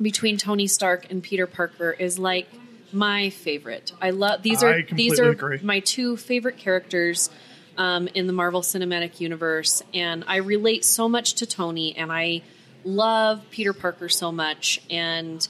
Speaker 3: between Tony Stark and Peter Parker is like my favorite. I love these
Speaker 2: I
Speaker 3: are these
Speaker 2: completely
Speaker 3: are
Speaker 2: agree.
Speaker 3: my two favorite characters um, in the Marvel Cinematic Universe, and I relate so much to Tony, and I love Peter Parker so much, and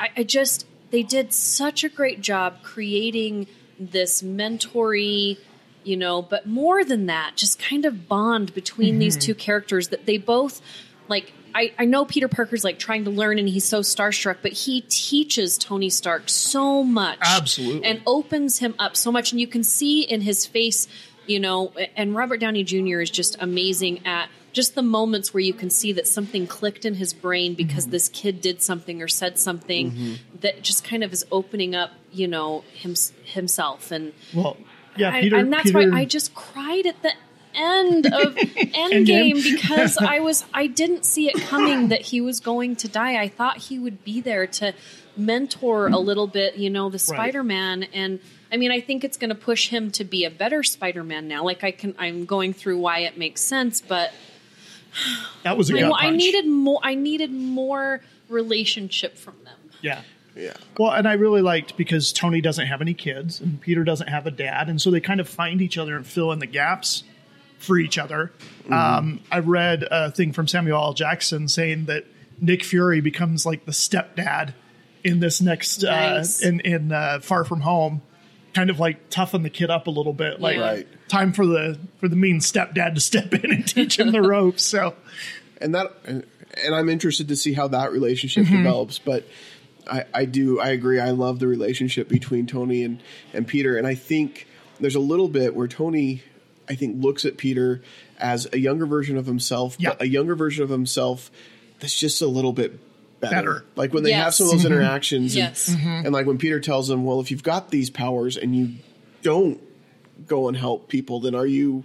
Speaker 3: I, I just they did such a great job creating this mentory, you know, but more than that, just kind of bond between these two characters that they both like. I, I know Peter Parker's like trying to learn and he's so starstruck, but he teaches Tony Stark so much.
Speaker 2: Absolutely.
Speaker 3: And opens him up so much. And you can see in his face, you know, and Robert Downey Jr. is just amazing at just the moments where you can see that something clicked in his brain because this kid did something or said something that just kind of is opening up, you know, him, himself. And,
Speaker 2: Well, yeah,
Speaker 3: I-
Speaker 2: Peter.
Speaker 3: and that's
Speaker 2: Peter,
Speaker 3: why I just cried at the end of Endgame because I was I didn't see it coming that he was going to die. I thought he would be there to mentor a little bit, you know, the Spider-Man and I mean, I think it's going to push him to be a better Spider-Man now. Like I can I'm going through why it makes sense, but
Speaker 2: that was a
Speaker 3: I,
Speaker 2: gut
Speaker 3: I
Speaker 2: punch.
Speaker 3: needed more I needed more relationship from them.
Speaker 2: Yeah.
Speaker 1: Yeah.
Speaker 2: Well, and I really liked because Tony doesn't have any kids and Peter doesn't have a dad, and so they kind of find each other and fill in the gaps for each other. Um, I read a thing from Samuel L. Jackson saying that Nick Fury becomes like the stepdad in this next
Speaker 3: Nice.
Speaker 2: uh, in in uh, Far From Home, kind of like toughen the kid up a little bit, like
Speaker 3: Yeah.
Speaker 1: Right.
Speaker 2: time for the for the mean stepdad to step in and teach him the ropes. So
Speaker 1: and that and, and I'm interested to see how that relationship
Speaker 2: Mm-hmm.
Speaker 1: develops. But I, I do I agree. I love the relationship between Tony and and Peter, and I think there's a little bit where Tony I think looks at Peter as a younger version of himself,
Speaker 2: Yeah.
Speaker 1: but a younger version of himself that's just a little bit. Better.
Speaker 2: Better. Mm-hmm.
Speaker 1: Like when they have
Speaker 3: Yes.
Speaker 1: some of those interactions,
Speaker 3: Yes. Mm-hmm.
Speaker 1: and, and like when Peter tells him, "Well, if you've got these powers and you don't go and help people, then are you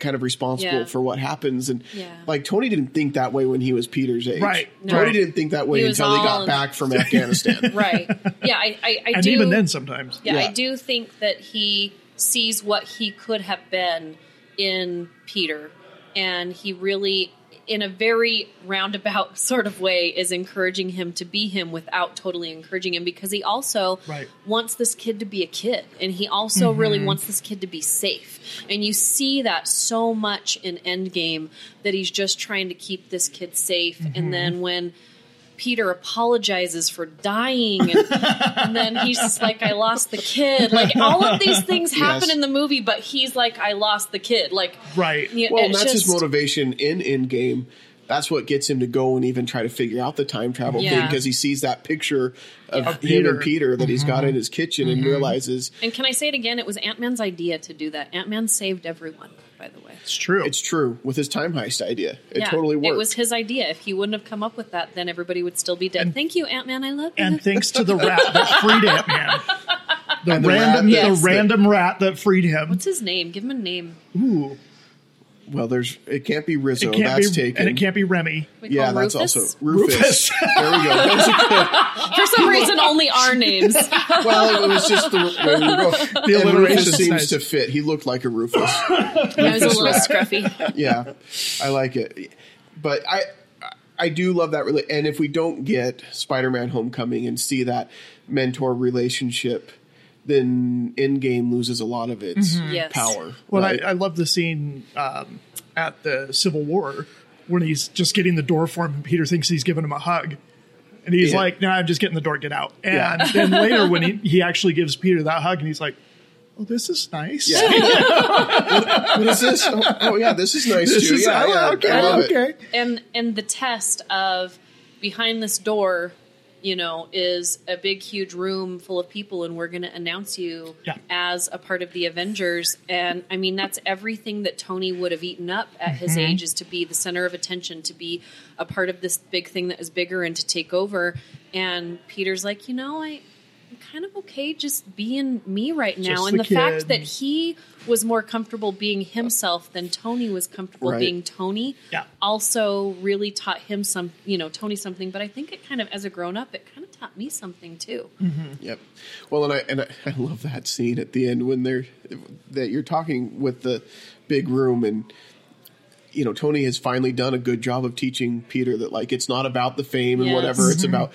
Speaker 1: kind of responsible
Speaker 3: Yeah.
Speaker 1: for what happens?" And
Speaker 3: Yeah.
Speaker 1: like Tony didn't think that way when he was Peter's age.
Speaker 2: Right.
Speaker 3: No.
Speaker 1: Tony didn't think that way
Speaker 3: He was
Speaker 1: until he
Speaker 3: all
Speaker 1: got
Speaker 3: in-
Speaker 1: back from Afghanistan.
Speaker 3: right. Yeah, I, I, I
Speaker 2: and
Speaker 3: do.
Speaker 2: even then, sometimes
Speaker 3: yeah,
Speaker 1: Yeah.
Speaker 3: I do think that he sees what he could have been in Peter, and he really, in a very roundabout sort of way, is encouraging him to be him without totally encouraging him because he also
Speaker 2: Right. Mm-hmm.
Speaker 3: wants this kid to be a kid, and he also really wants this kid to be safe. And you see that so much in Endgame that he's just trying to keep this kid safe,
Speaker 2: Mm-hmm.
Speaker 3: and then when. Peter apologizes for dying, and, and then he's just like, "I lost the kid." Like all of these things happen
Speaker 1: Yes.
Speaker 3: in the movie, but he's like, "I lost the kid." Like,
Speaker 2: Right.
Speaker 3: you know,
Speaker 1: well,
Speaker 3: it's
Speaker 1: that's his
Speaker 3: just-
Speaker 1: motivation in Endgame. That's what gets him to go and even try to figure out the time travel thing
Speaker 3: Yeah.
Speaker 1: because he sees that picture of
Speaker 2: Of
Speaker 1: him
Speaker 2: Peter. Mm-hmm.
Speaker 1: and Peter that he's got in his kitchen and realizes
Speaker 3: And can I say it again? It was Ant Man's idea to do that. Ant Man saved everyone, by the way.
Speaker 2: it's true.
Speaker 1: it's true with his time heist idea. It
Speaker 3: yeah,
Speaker 1: totally worked.
Speaker 3: It was his idea. If he wouldn't have come up with that, then everybody would still be dead. Thank you, Ant Man. I love you.
Speaker 2: and thanks to the rat that freed Ant Man. The
Speaker 1: the
Speaker 2: random,
Speaker 1: rat
Speaker 2: the
Speaker 1: that-
Speaker 2: random rat that freed him.
Speaker 3: What's his name? Give him a name.
Speaker 2: Ooh,
Speaker 1: well, there's it can't be Rizzo.
Speaker 2: it can't
Speaker 1: that's
Speaker 2: be,
Speaker 1: taken.
Speaker 2: and it can't be Remy.
Speaker 3: We call
Speaker 1: yeah,
Speaker 3: him
Speaker 1: that's
Speaker 3: Rufus?
Speaker 1: also Rufus.
Speaker 2: Rufus.
Speaker 1: there we go. That was a good-
Speaker 3: For some reason, only our names.
Speaker 1: well, it was just the, there we go.
Speaker 2: The
Speaker 1: And
Speaker 2: alliteration
Speaker 1: Rufus
Speaker 2: is
Speaker 1: seems
Speaker 2: nice.
Speaker 1: to fit. He looked like a Rufus.
Speaker 3: I was a little
Speaker 1: Rufus rat.
Speaker 3: scruffy.
Speaker 1: yeah, I like it. But I I do love that. Rela- and if we don't get Spider-Man: Homecoming and see that mentor relationship, then Endgame loses a lot of its
Speaker 3: Yes.
Speaker 1: power.
Speaker 2: Well,
Speaker 1: right?
Speaker 2: I, I love the scene um, at the Civil War when he's just getting the door for him, and Peter thinks he's giving him a hug. And he's
Speaker 1: Yeah.
Speaker 2: like, no, I'm just getting the door, get out. And
Speaker 1: Yeah.
Speaker 2: then later, when he, he actually gives Peter that hug, and he's like, oh, this is nice.
Speaker 1: Yeah. what is this? Oh, oh, yeah, this is nice
Speaker 2: This
Speaker 1: too.
Speaker 2: is,
Speaker 1: yeah,
Speaker 2: oh,
Speaker 1: yeah,
Speaker 2: okay,
Speaker 1: I love it.
Speaker 2: okay.
Speaker 3: and and the test of behind this door you know is a big huge room full of people and we're going to announce you
Speaker 2: Yeah.
Speaker 3: as a part of the avengers and i mean that's everything that tony would have eaten up at his
Speaker 2: Mm-hmm.
Speaker 3: age is to be the center of attention to be a part of this big thing that is bigger and to take over and peter's like you know i I'm kind of okay just being me right now.
Speaker 2: Just
Speaker 3: and
Speaker 2: the
Speaker 3: the, fact
Speaker 2: kid.
Speaker 3: that he was more comfortable being himself than Tony was comfortable
Speaker 1: Right.
Speaker 3: being Tony
Speaker 2: Yeah.
Speaker 3: also really taught him some, you know, Tony something, but I think it kind of, as a grown up, it kind of taught me something too.
Speaker 1: Yep. Well, and I and I, I love that scene at the end when they're that you're talking with the big room and you know Tony has finally done a good job of teaching Peter that like it's not about the fame and
Speaker 3: Yes.
Speaker 1: whatever it's about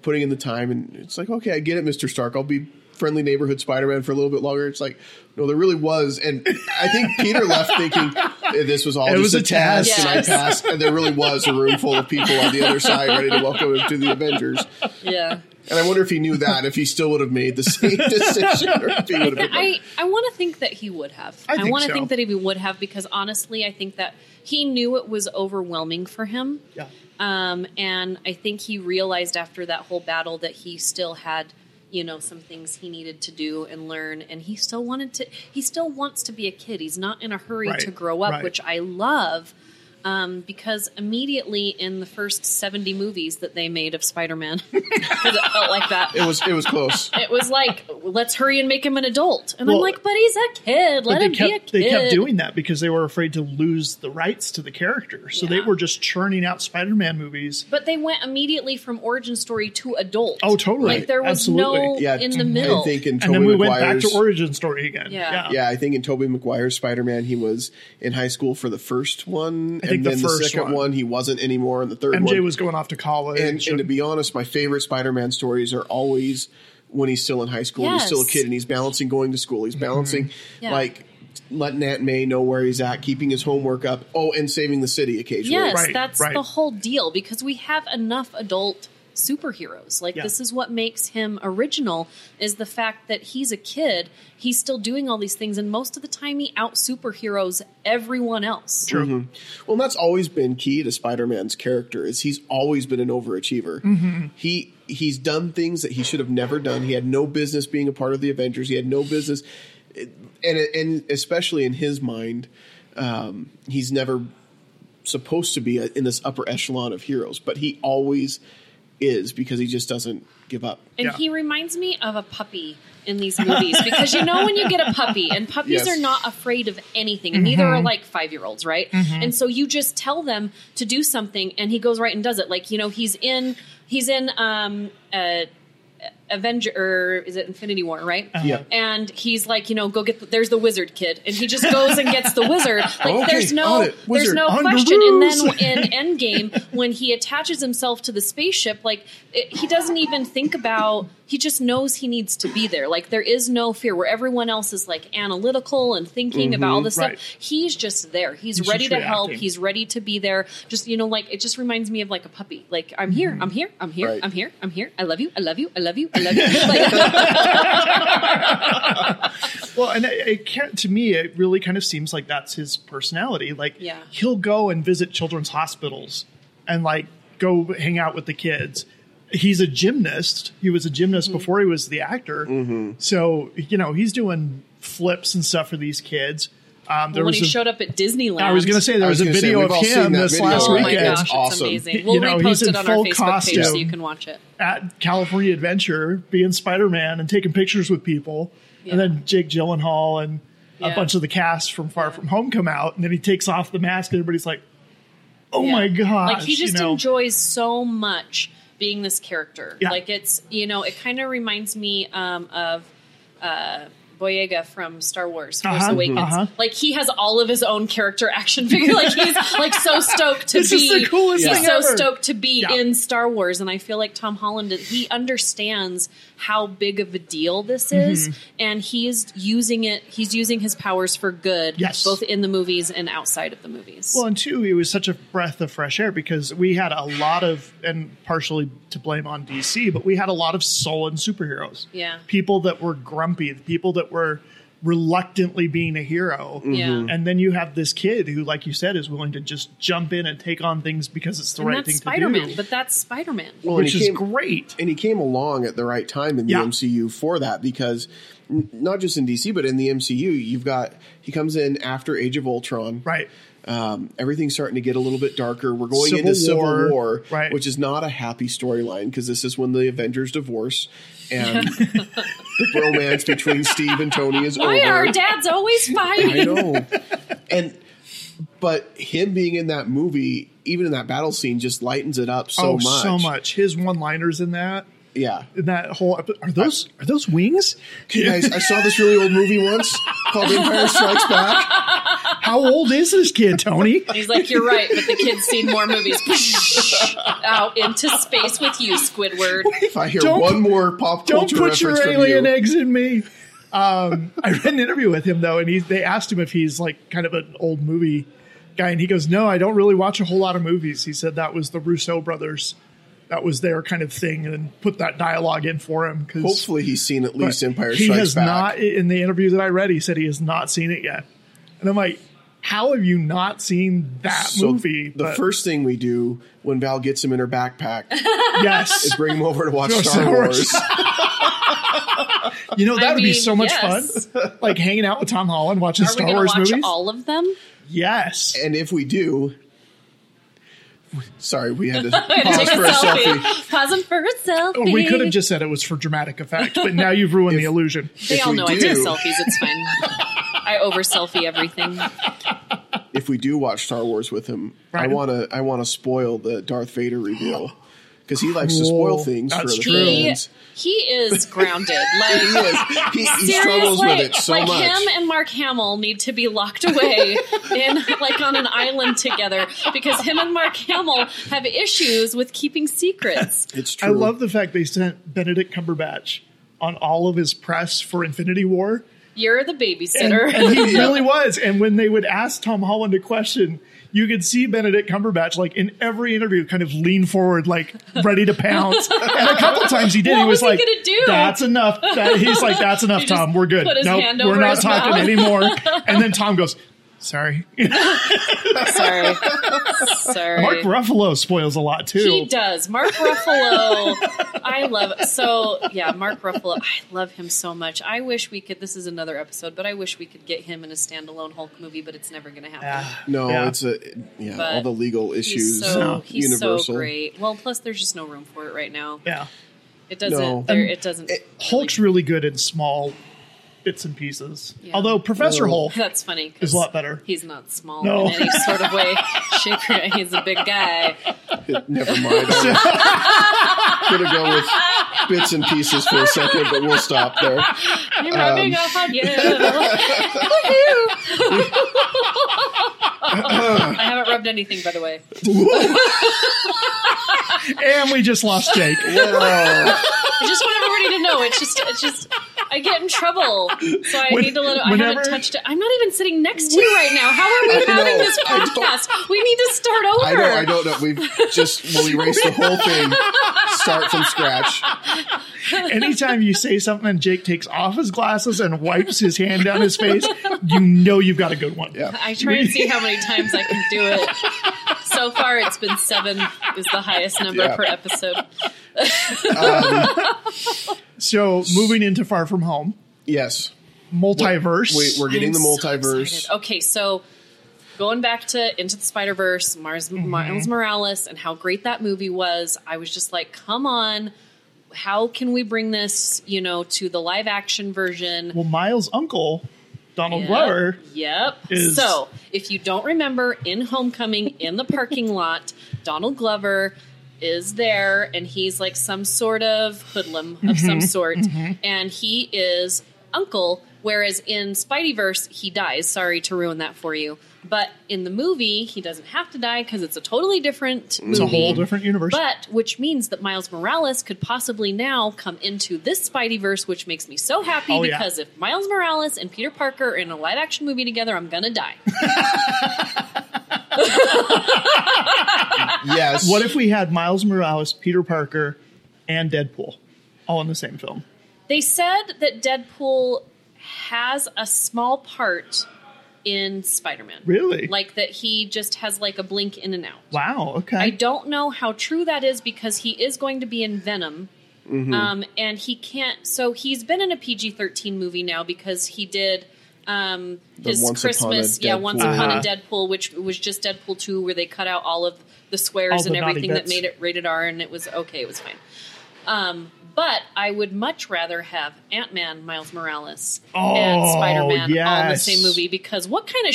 Speaker 1: putting in the time and it's like okay I get it Mr. Stark I'll be friendly neighborhood Spider-Man for a little bit longer it's like no there really was and I think Peter left thinking eh, this was all just
Speaker 2: was
Speaker 1: a,
Speaker 2: a
Speaker 1: test,
Speaker 3: test.
Speaker 1: and I
Speaker 3: Yes.
Speaker 1: passed and there really was a room full of people on the other side ready to welcome him to the Avengers
Speaker 3: Yeah.
Speaker 1: and I wonder if he knew that, if he still would have made the same decision, or if he would have been like,
Speaker 3: I, I want to think that he would have.
Speaker 2: I
Speaker 3: I,
Speaker 2: think
Speaker 3: want to
Speaker 2: so.
Speaker 3: think that he would have because honestly, I think that he knew it was overwhelming for him.
Speaker 2: Yeah.
Speaker 3: Um, and I think he realized after that whole battle that he still had, you know, some things he needed to do and learn. And he still wanted to, he still wants to be a kid. He's not in a hurry
Speaker 2: Right,
Speaker 3: to grow up,
Speaker 2: right.
Speaker 3: which I love. Um, because immediately in the first 70 movies that they made of Spider Man, because it felt like that.
Speaker 1: it was it was close.
Speaker 3: It was like, let's hurry and make him an adult. And I'm
Speaker 2: Well,
Speaker 3: like, but he's a kid. Let
Speaker 2: But they
Speaker 3: him
Speaker 2: kept
Speaker 3: be a kid.
Speaker 2: they kept doing that because they were afraid to lose the rights to the character. So they
Speaker 3: Yeah.
Speaker 2: were just churning out Spider-Man movies.
Speaker 3: But they went immediately from origin story to adult.
Speaker 2: Oh, totally.
Speaker 3: Like there was no
Speaker 2: Absolutely.
Speaker 1: Yeah,
Speaker 3: in the middle.
Speaker 1: I think in
Speaker 2: And
Speaker 1: Tobey
Speaker 2: then we went back
Speaker 1: Maguire's,
Speaker 2: to origin story again.
Speaker 3: Yeah.
Speaker 1: yeah, I think in Tobey Maguire's Spider-Man, he was in high school for the first one,
Speaker 2: I think
Speaker 1: and
Speaker 2: the
Speaker 1: then the,
Speaker 2: first
Speaker 1: second
Speaker 2: one.
Speaker 1: one. he wasn't anymore, and the third
Speaker 2: MJ
Speaker 1: one
Speaker 2: was going off to college.
Speaker 1: and, and to be honest, my favorite Spider-Man stories are always when he's still in high school, and he's still a
Speaker 3: Yes.
Speaker 1: kid, and he's balancing going to school,
Speaker 2: Mm-hmm.
Speaker 1: he's balancing
Speaker 3: Yeah.
Speaker 1: like letting Aunt May know where he's at, keeping his homework up, oh, and saving the city occasionally.
Speaker 3: Yes,
Speaker 2: Right,
Speaker 3: that's
Speaker 2: right.
Speaker 3: the whole deal because we have enough adult superheroes. Like
Speaker 2: Yeah.
Speaker 3: this is what makes him original is the fact that he's a kid, he's still doing all these things and most of the time he out superheroes everyone else.
Speaker 2: True.
Speaker 1: Well, that's always been key to Spider-Man's character is he's always been an overachiever. He he's done things that he should have never done. He had no business being a part of the Avengers. He had no business, and and especially in his mind, um, he's never supposed to be a, in this upper echelon of heroes, but he always is because he just doesn't give up.
Speaker 3: And
Speaker 2: Yeah.
Speaker 3: he reminds me of a puppy in these movies because you know when you get a puppy and puppies
Speaker 1: Yes.
Speaker 3: are not afraid of anything and neither are like 5-year-olds, right? And so you just tell them to do something and he goes right and does it. Like, you know, he's in he's in um uh Avenger or is it Infinity War, right?
Speaker 1: Yeah.
Speaker 3: And he's like, you know, go get the, there's the wizard kid, and he just goes and gets the wizard. Like
Speaker 1: Oh, Okay,
Speaker 3: there's
Speaker 1: on
Speaker 3: no
Speaker 1: it.
Speaker 3: there's
Speaker 1: Wizard
Speaker 3: no
Speaker 2: on the
Speaker 3: question. And then
Speaker 2: ruse.
Speaker 3: in Endgame, when he attaches himself to the spaceship, like it, he doesn't even think about. He just knows he needs to be there. Like there is no fear where everyone else is like analytical and thinking about all this
Speaker 2: Mm-hmm. right.
Speaker 3: stuff. He's just there. He's,
Speaker 2: He's
Speaker 3: ready
Speaker 2: just
Speaker 3: to help.
Speaker 2: reacting.
Speaker 3: He's ready to be there. Just you know, like it just reminds me of like a puppy. Like I'm here.
Speaker 2: Mm-hmm.
Speaker 3: I'm here. I'm here.
Speaker 1: Right.
Speaker 3: I'm here. I'm here. I love you. I love you. I love you. I love you. Like,
Speaker 2: Well, and it, it can't, to me, it really kind of seems like that's his personality. Like,
Speaker 3: Yeah.
Speaker 2: he'll go and visit children's hospitals and like go hang out with the kids. He's a gymnast. He was a gymnast
Speaker 3: Mm-hmm.
Speaker 2: before he was the actor.
Speaker 1: Mm-hmm.
Speaker 2: So you know he's doing flips and stuff for these kids. Um, there
Speaker 3: when
Speaker 2: was a-
Speaker 3: he showed up at Disneyland,
Speaker 2: I was going to say
Speaker 1: I
Speaker 2: there was,
Speaker 1: was
Speaker 2: a
Speaker 1: gonna say,
Speaker 2: video
Speaker 1: we've
Speaker 2: of
Speaker 1: all
Speaker 2: him
Speaker 1: seen that
Speaker 2: this
Speaker 1: video.
Speaker 2: last
Speaker 3: oh my
Speaker 2: weekend.
Speaker 3: gosh, it's
Speaker 1: Awesome.
Speaker 3: amazing.
Speaker 2: You
Speaker 3: We'll
Speaker 2: know, he's
Speaker 3: repost
Speaker 2: in
Speaker 3: it on our
Speaker 2: full
Speaker 3: Facebook page so
Speaker 2: costume.
Speaker 3: you can watch it.
Speaker 2: at California Adventure being Spider Man and taking pictures with people.
Speaker 3: Yeah.
Speaker 2: And then Jake Gyllenhaal and
Speaker 3: Yeah.
Speaker 2: a bunch of the cast from Far From Home come out. And then he takes off the mask, and everybody's like, oh
Speaker 3: Yeah.
Speaker 2: my God.
Speaker 3: Like he just enjoys so much being this character.
Speaker 2: Yeah.
Speaker 3: Like it's you know, it kind of reminds me um, of uh, Boyega from Star Wars: Force
Speaker 2: Uh-huh,
Speaker 3: Awakens.
Speaker 2: uh-huh.
Speaker 3: Like he has all of his own character action figure. Like he's like so stoked to
Speaker 2: This
Speaker 3: be
Speaker 2: is the coolest
Speaker 3: he's
Speaker 2: thing
Speaker 3: so
Speaker 2: ever.
Speaker 3: stoked to be
Speaker 2: Yeah.
Speaker 3: in Star Wars, and I feel like Tom Holland he understands how big of a deal this
Speaker 2: Mm-hmm.
Speaker 3: is, and he's using it. He's using his powers for good,
Speaker 2: Yes.
Speaker 3: both in the movies and outside of the movies.
Speaker 2: Well, and two, it was such a breath of fresh air because we had a lot of, and partially to blame on DC, but we had a lot of sullen superheroes.
Speaker 3: Yeah.
Speaker 2: People that were grumpy, people that were reluctantly being a hero.
Speaker 3: Yeah. Mhm.
Speaker 2: And then you have this kid who, like you said, is willing to just jump in and take on things because it's the
Speaker 3: and
Speaker 2: right
Speaker 3: that's
Speaker 2: thing
Speaker 3: Spider-Man,
Speaker 2: to do.
Speaker 3: but that's Spider-Man.
Speaker 1: Well, and
Speaker 2: which
Speaker 1: he
Speaker 2: is
Speaker 1: came-
Speaker 2: great.
Speaker 1: and he came along at the right time in the
Speaker 2: Yeah.
Speaker 1: MCU for that because n- not just in DC but in the MCU you've got he comes in after Age of Ultron
Speaker 2: Right.
Speaker 1: um, everything's starting to get a little bit darker we're going
Speaker 2: Civil
Speaker 1: into Civil
Speaker 2: War,
Speaker 1: War
Speaker 2: right.
Speaker 1: which is not a happy storyline because this is when the Avengers divorce and the romance between Steve and Tony is
Speaker 3: Why
Speaker 1: over
Speaker 3: are dads always fighting?
Speaker 1: I know. and but him being in that movie even in that battle scene just lightens it up so
Speaker 2: oh,
Speaker 1: much
Speaker 2: so much. His one liners in that.
Speaker 1: yeah
Speaker 2: In that whole, epi- are those are those wings?
Speaker 1: Guys, I saw this really old movie once called Empire Strikes Back.
Speaker 2: How old is this kid, Tony?
Speaker 3: He's like, you're right, but the kid's seen more movies. Out into space with you, Squidward.
Speaker 1: If I hear
Speaker 2: Don't-
Speaker 1: one more pop
Speaker 2: don't
Speaker 1: culture
Speaker 2: put your
Speaker 1: reference from
Speaker 2: alien
Speaker 1: you,
Speaker 2: eggs in me. Um, I read an interview with him though, and he they asked him if he's like kind of an old movie guy, and he goes, "No, I don't really watch a whole lot of movies." He said that was the Rousseau brothers, that was their kind of thing, and put that dialogue in for him because
Speaker 1: hopefully he's seen at least Empire
Speaker 2: he
Speaker 1: Strikes
Speaker 2: has
Speaker 1: Back.
Speaker 2: not in the interview that I read. He said he has not seen it yet, and I'm like, "How have you not seen that
Speaker 1: So
Speaker 2: movie?"
Speaker 1: The
Speaker 2: But
Speaker 1: first thing we do when Val gets him in her backpack
Speaker 2: yes,
Speaker 1: is bring him over to watch
Speaker 2: No,
Speaker 1: Star
Speaker 2: Star
Speaker 1: Wars.
Speaker 2: Wars. you know that would be
Speaker 3: mean,
Speaker 2: so much
Speaker 3: yes.
Speaker 2: fun, like hanging out with Tom Holland watching
Speaker 3: Are we
Speaker 2: Star
Speaker 3: going to
Speaker 2: Wars
Speaker 3: watch
Speaker 2: movies.
Speaker 3: all of them?
Speaker 2: Yes.
Speaker 1: and if we do, sorry, we had to pause
Speaker 3: Take a
Speaker 1: for a
Speaker 3: selfie.
Speaker 1: selfie.
Speaker 3: Pause them for a selfie.
Speaker 2: Oh, we could have just said it was for dramatic effect, but now you've ruined the illusion.
Speaker 3: They
Speaker 1: If
Speaker 3: all
Speaker 1: we
Speaker 3: know I take
Speaker 1: do-
Speaker 3: selfies. It's fine. I over selfie everything.
Speaker 1: If we do watch Star Wars with him, I
Speaker 2: Right.
Speaker 1: want to. I want to spoil the Darth Vader reveal because he likes to spoil
Speaker 2: Cool.
Speaker 1: things
Speaker 2: That's
Speaker 1: for
Speaker 2: true.
Speaker 1: other
Speaker 3: He,
Speaker 1: fans.
Speaker 3: he is grounded. Like
Speaker 1: He, is. He- he struggles
Speaker 3: Seriously,
Speaker 1: with it so
Speaker 3: like
Speaker 1: much.
Speaker 3: him and Mark Hamill need to be locked away in like on an island together because him and Mark Hamill have issues with keeping secrets.
Speaker 1: it's true.
Speaker 2: I love the fact they sent Benedict Cumberbatch on all of his press for Infinity War.
Speaker 3: You're the babysitter.
Speaker 2: And he really was. And when they would ask Tom Holland a question, you could see Benedict Cumberbatch, like in every interview, kind of lean forward, like ready to pounce. and a couple times he did.
Speaker 3: What
Speaker 2: he was,
Speaker 3: was he
Speaker 2: like,
Speaker 3: gonna do?
Speaker 2: "That's enough." That, he's like, "That's enough,
Speaker 3: He just
Speaker 2: Tom. We're good.
Speaker 3: put his
Speaker 2: Nope,
Speaker 3: hand
Speaker 2: we're
Speaker 3: over
Speaker 2: not
Speaker 3: his
Speaker 2: talking
Speaker 3: mouth."
Speaker 2: anymore." And then Tom goes, "Sorry." uh,
Speaker 3: Sorry. Sorry.
Speaker 2: Mark Ruffalo spoils a lot too.
Speaker 3: He does. Mark Ruffalo. I love so yeah, Mark Ruffalo. I love him so much. I wish we could this is another episode, but I wish we could get him in a standalone Hulk movie, but it's never gonna happen.
Speaker 2: Ah,
Speaker 1: No,
Speaker 2: yeah.
Speaker 1: it's a yeah.
Speaker 3: But
Speaker 1: all the legal issues.
Speaker 3: He's so
Speaker 2: No.
Speaker 3: he's
Speaker 1: universal.
Speaker 3: so great. Well, plus there's just no room for it right now.
Speaker 2: yeah.
Speaker 3: It doesn't.
Speaker 1: No.
Speaker 3: There, it doesn't.
Speaker 2: Hulk's really good in small bits and pieces.
Speaker 3: Yeah.
Speaker 2: Although Professor
Speaker 1: No.
Speaker 2: Hulk
Speaker 3: that's funny. 'cause
Speaker 2: is a lot better.
Speaker 3: He's not small
Speaker 2: No.
Speaker 3: in any sort of way, shape, or He's a big guy.
Speaker 1: Never mind. I'm gonna go with bits and pieces for a second, but we'll stop there.
Speaker 3: I'm
Speaker 1: Um,
Speaker 3: rubbing off on you. I haven't rubbed anything, by the way.
Speaker 2: And we just lost Jake.
Speaker 1: Whoa.
Speaker 3: I just want everybody to know. It's just, it's just. I get in trouble, so I
Speaker 2: When-
Speaker 3: need to let. I
Speaker 2: whenever-
Speaker 3: haven't touched it. I'm not even sitting next to you right now. How are we
Speaker 1: I
Speaker 3: having
Speaker 1: know.
Speaker 3: this
Speaker 1: I don't-
Speaker 3: podcast? We need to start over.
Speaker 1: I don't. I don't know. We've just we'll erase the whole thing, start from scratch.
Speaker 2: Anytime you say something and Jake takes off his glasses and wipes his hand down his face, you know you've got a good one.
Speaker 1: Yeah.
Speaker 3: I try and see how many times I can do it. So far, it's been seven is the highest number
Speaker 1: Yeah.
Speaker 3: per episode.
Speaker 2: So moving into Far From Home,
Speaker 1: Yes.
Speaker 2: multiverse.
Speaker 1: Wait, we're getting
Speaker 3: I'm
Speaker 1: the
Speaker 3: so
Speaker 1: multiverse.
Speaker 3: excited. Oh. okay, so going back to Into the Spider Verse, Mars Miles Morales, and how great that movie was. I was just like, come on, how can we bring this, you know, to the live action version?
Speaker 2: well, Miles' uncle, Donald
Speaker 3: Yep.
Speaker 2: Glover.
Speaker 3: Yep.
Speaker 2: is-
Speaker 3: so, if you don't remember, in Homecoming, in the parking lot, Donald Glover is there, and he's like some sort of hoodlum of
Speaker 2: Mm-hmm.
Speaker 3: some sort, and he is Uncle. Whereas in Spideyverse, he dies. Sorry to ruin that for you, but in the movie, he doesn't have to die because it's a totally different movie.
Speaker 2: It's a
Speaker 1: Mm-hmm.
Speaker 2: whole different universe.
Speaker 3: But which means that Miles Morales could possibly now come into this Spideyverse, which makes me so happy
Speaker 2: Oh, yeah.
Speaker 3: because if Miles Morales and Peter Parker are in a live action movie together, I'm gonna die.
Speaker 1: Yes.
Speaker 2: what if we had Miles Morales, Peter Parker, and Deadpool all in the same film?
Speaker 3: they said that Deadpool has a small part in Spider Man.
Speaker 2: Really?
Speaker 3: Like that he just has like a blink in and out.
Speaker 2: wow. Okay.
Speaker 3: I don't know how true that is because he is going to be in Venom.
Speaker 2: Mm-hmm.
Speaker 3: Um, and he can't. So he's been in a PG 13 movie now because he did um,
Speaker 1: The
Speaker 3: his
Speaker 1: Once Upon a
Speaker 3: Christmas. Yeah, Once
Speaker 1: Deadpool.
Speaker 3: Upon
Speaker 2: Uh-huh.
Speaker 3: a Deadpool, which was just Deadpool 2, where they cut out all of the swears
Speaker 2: All the
Speaker 3: and
Speaker 2: naughty
Speaker 3: everything that
Speaker 2: bits.
Speaker 3: made it rated R, and it was okay. It was fine. Um, but I would much rather have Ant Man, Miles Morales, and
Speaker 2: Oh,
Speaker 3: Spider Man all in the
Speaker 2: yes.
Speaker 3: same movie because what kind of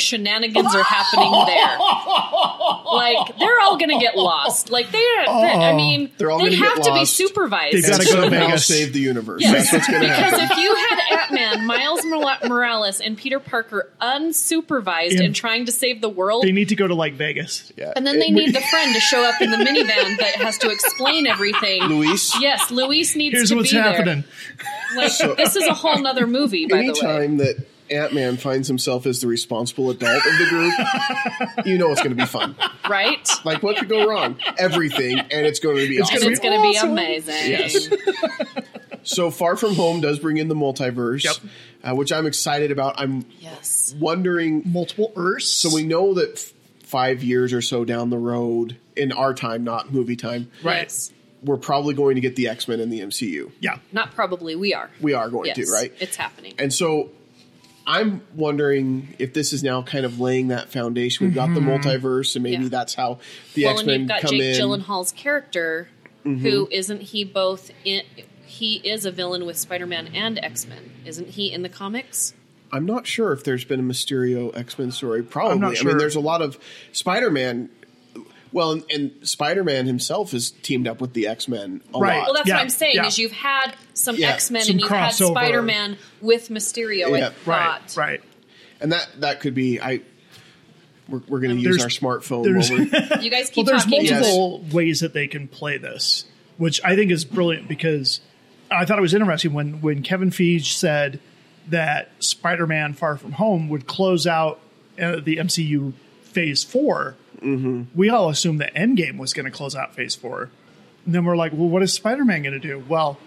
Speaker 3: shenanigans are happening there? Like they're all going to get lost. Like they, I mean,
Speaker 1: They're all
Speaker 3: they
Speaker 1: gonna get
Speaker 3: have to be
Speaker 1: lost.
Speaker 3: supervised.
Speaker 2: They've gotta
Speaker 1: And
Speaker 2: go to
Speaker 1: somehow
Speaker 2: Vegas.
Speaker 1: Save the universe.
Speaker 3: Yes.
Speaker 1: That's what's gonna
Speaker 3: because
Speaker 1: happen.
Speaker 3: if you had Ant Man, Miles Mor- Morales, and Peter Parker unsupervised
Speaker 2: Yeah.
Speaker 3: and trying to save the world,
Speaker 2: they need to go to like Vegas.
Speaker 1: Yeah.
Speaker 3: and then they
Speaker 1: It-
Speaker 3: need the friend to show up in the minivan that has to explain everything.
Speaker 1: Luis.
Speaker 3: Yes, Luis needs
Speaker 2: Here's
Speaker 3: to
Speaker 2: what's
Speaker 3: be
Speaker 2: happening.
Speaker 3: there. Like this is a whole nother movie, by the way.
Speaker 1: Anytime that Ant Man finds himself as the responsible adult of the group, you know it's going to be fun.
Speaker 3: Right?
Speaker 1: Like, what could go wrong? Everything, and it's going to be
Speaker 2: It's
Speaker 1: awesome.
Speaker 3: And
Speaker 2: gonna
Speaker 3: it's
Speaker 2: be
Speaker 3: going to be
Speaker 2: awesome.
Speaker 3: amazing.
Speaker 1: Yes. so, Far From Home does bring in the multiverse,
Speaker 2: Yep.
Speaker 1: uh, which I'm excited about. I'm
Speaker 3: Yes.
Speaker 1: wondering.
Speaker 2: Multiple Earths.
Speaker 1: So, we know that f- five years or so down the road, in our time, not movie time,
Speaker 2: Right.
Speaker 3: Yes.
Speaker 1: we're probably going to get the X Men in the MCU.
Speaker 2: Yeah.
Speaker 3: Not probably. We are.
Speaker 1: We are going
Speaker 3: yes.
Speaker 1: to, right?
Speaker 3: It's happening.
Speaker 1: And so I'm wondering if this is now kind of laying that foundation. We've got the multiverse, and maybe
Speaker 3: Mm-hmm. Yeah.
Speaker 1: that's how the
Speaker 3: well,
Speaker 1: X
Speaker 3: and
Speaker 1: Men
Speaker 3: you've got
Speaker 1: come
Speaker 3: Jake
Speaker 1: in. Mm-hmm.
Speaker 3: Gyllenhaal's character, who isn't he both in? He is a villain with Spider-Man and X-Men, isn't he? In the comics,
Speaker 1: I'm not sure if there's been a Mysterio X Men story. Probably. I
Speaker 2: sure.
Speaker 1: mean, there's a lot of Spider Man. Well, and, and Spider Man himself has teamed up with the X Men a
Speaker 2: Right.
Speaker 1: lot.
Speaker 3: Well, that's
Speaker 2: Yeah,
Speaker 3: what I'm saying
Speaker 2: yeah.
Speaker 3: is you've had some
Speaker 1: Yeah,
Speaker 3: X Men
Speaker 2: some
Speaker 3: and you've had
Speaker 2: crossover.
Speaker 3: Spider Man with
Speaker 1: Yeah.
Speaker 3: Mysterio. I
Speaker 2: Right,
Speaker 3: thought.
Speaker 2: right.
Speaker 1: and that that could be I. We're, we're going to use
Speaker 2: There's-
Speaker 1: our smartphone.
Speaker 2: there's-
Speaker 1: While we're,
Speaker 3: You guys
Speaker 2: Well,
Speaker 3: keep
Speaker 2: there's
Speaker 3: talking.
Speaker 1: Yes.
Speaker 2: multiple ways that they can play this, which I think is brilliant because I thought it was interesting when when Kevin Feige said that Spider-Man: Far From Home would close out uh, the MCU Phase 4 We all assumed that Endgame was going to close out Phase Four, and then we're like, well, what is Spider-Man going to do? Well,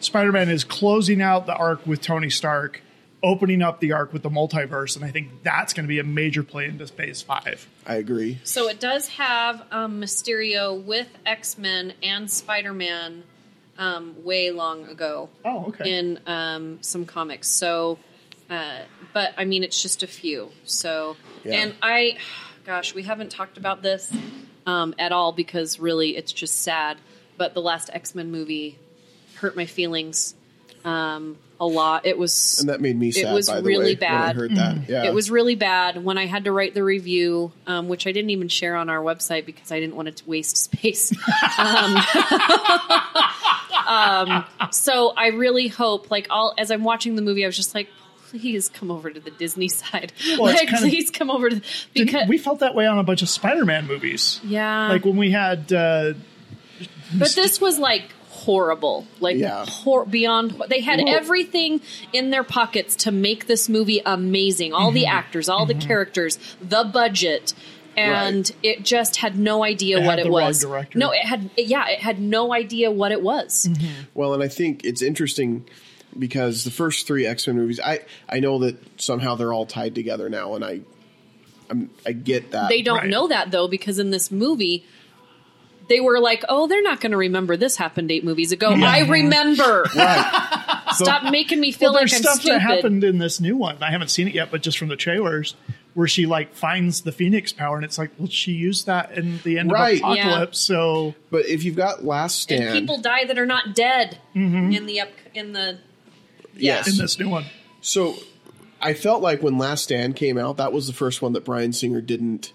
Speaker 2: Spider-Man is closing out the arc with Tony Stark. Opening up the arc with the multiverse, and I think that's going to be a major play into Phase Five.
Speaker 1: I agree.
Speaker 3: So it does have um, Mysterio with X Men and Spider Man um, way long ago
Speaker 2: Oh, okay.
Speaker 3: in um, some comics. So, uh, but I mean, it's just a few. So,
Speaker 1: Yeah.
Speaker 3: and I, gosh, we haven't talked about this um, at all because really it's just sad. But the last X Men movie hurt my feelings um, a lot. It was
Speaker 1: And that made me sad.
Speaker 3: was
Speaker 1: by the
Speaker 3: really
Speaker 1: way,
Speaker 3: bad. Mm-hmm.
Speaker 1: When I heard that. Yeah.
Speaker 3: it was really bad when I had to write the review, um, which I didn't even share on our website because I didn't want it to waste space. um, um, so I really hope, like, all as I'm watching the movie, I was just like, please come over to the Disney side.
Speaker 2: Well, it's
Speaker 3: like,
Speaker 2: kind of-
Speaker 3: please come over to
Speaker 2: Didn't-
Speaker 3: because
Speaker 2: we felt that way on a bunch of Spider-Man movies.
Speaker 3: yeah,
Speaker 2: Like when we had uh,
Speaker 3: but this was like horrible like
Speaker 1: Yeah.
Speaker 3: hor- beyond they had everything in their pockets to make this movie amazing all
Speaker 2: Mm-hmm.
Speaker 3: the actors all the characters the budget and
Speaker 1: Right.
Speaker 3: it just had no idea
Speaker 2: It had
Speaker 3: what it
Speaker 2: the wrong
Speaker 3: was
Speaker 2: director. Mm-hmm.
Speaker 3: no it had yeah it had no idea what it was
Speaker 1: Well, and I think it's interesting because the first three X Men movies, I I know that somehow they're all tied together now, and I I'm, I get that
Speaker 3: they don't
Speaker 2: Right.
Speaker 3: know that though because in this movie they were like oh they're not going to remember this happened eight movies ago i remember
Speaker 1: Right.
Speaker 3: stop making me feel
Speaker 2: there's
Speaker 3: like i'm
Speaker 2: stuff that
Speaker 3: stupid
Speaker 2: happened in this new one. I haven't seen it yet, but just from the trailers, where she like finds the Phoenix power, and it's like, well, she used that in the end
Speaker 1: Right.
Speaker 2: of Apocalypse. So
Speaker 1: But if you've got Last Stand,
Speaker 3: and people die that are not dead
Speaker 2: Mm-hmm.
Speaker 3: in the up in the
Speaker 1: yes,
Speaker 2: in this new one,
Speaker 1: So I felt like when Last Stand came out, that was the first one that Brian Singer didn't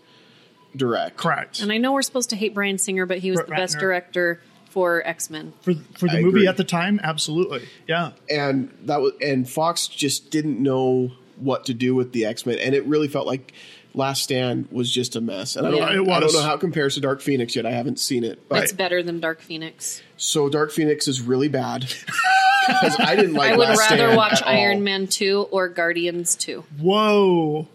Speaker 1: direct.
Speaker 2: correct
Speaker 3: And I know we're supposed to hate Brian Singer, but he was
Speaker 2: Brett
Speaker 3: the best
Speaker 2: Ratner.
Speaker 3: director for X Men.
Speaker 2: for for the
Speaker 1: I
Speaker 2: movie
Speaker 1: agree.
Speaker 2: at the time, absolutely, yeah.
Speaker 1: And that was and Fox just didn't know what to do with the X Men, and it really felt like Last Stand was just a mess. And I don't,
Speaker 3: Yeah. It
Speaker 1: I don't
Speaker 2: was.
Speaker 1: know how it compares to Dark Phoenix yet. I haven't seen it, but
Speaker 3: It's better than Dark Phoenix.
Speaker 1: so Dark Phoenix is really bad. 'Cause I didn't like.
Speaker 3: I would
Speaker 1: Last
Speaker 3: rather
Speaker 1: Stand
Speaker 3: watch
Speaker 1: at all.
Speaker 3: Iron Man two or Guardians two.
Speaker 2: Whoa,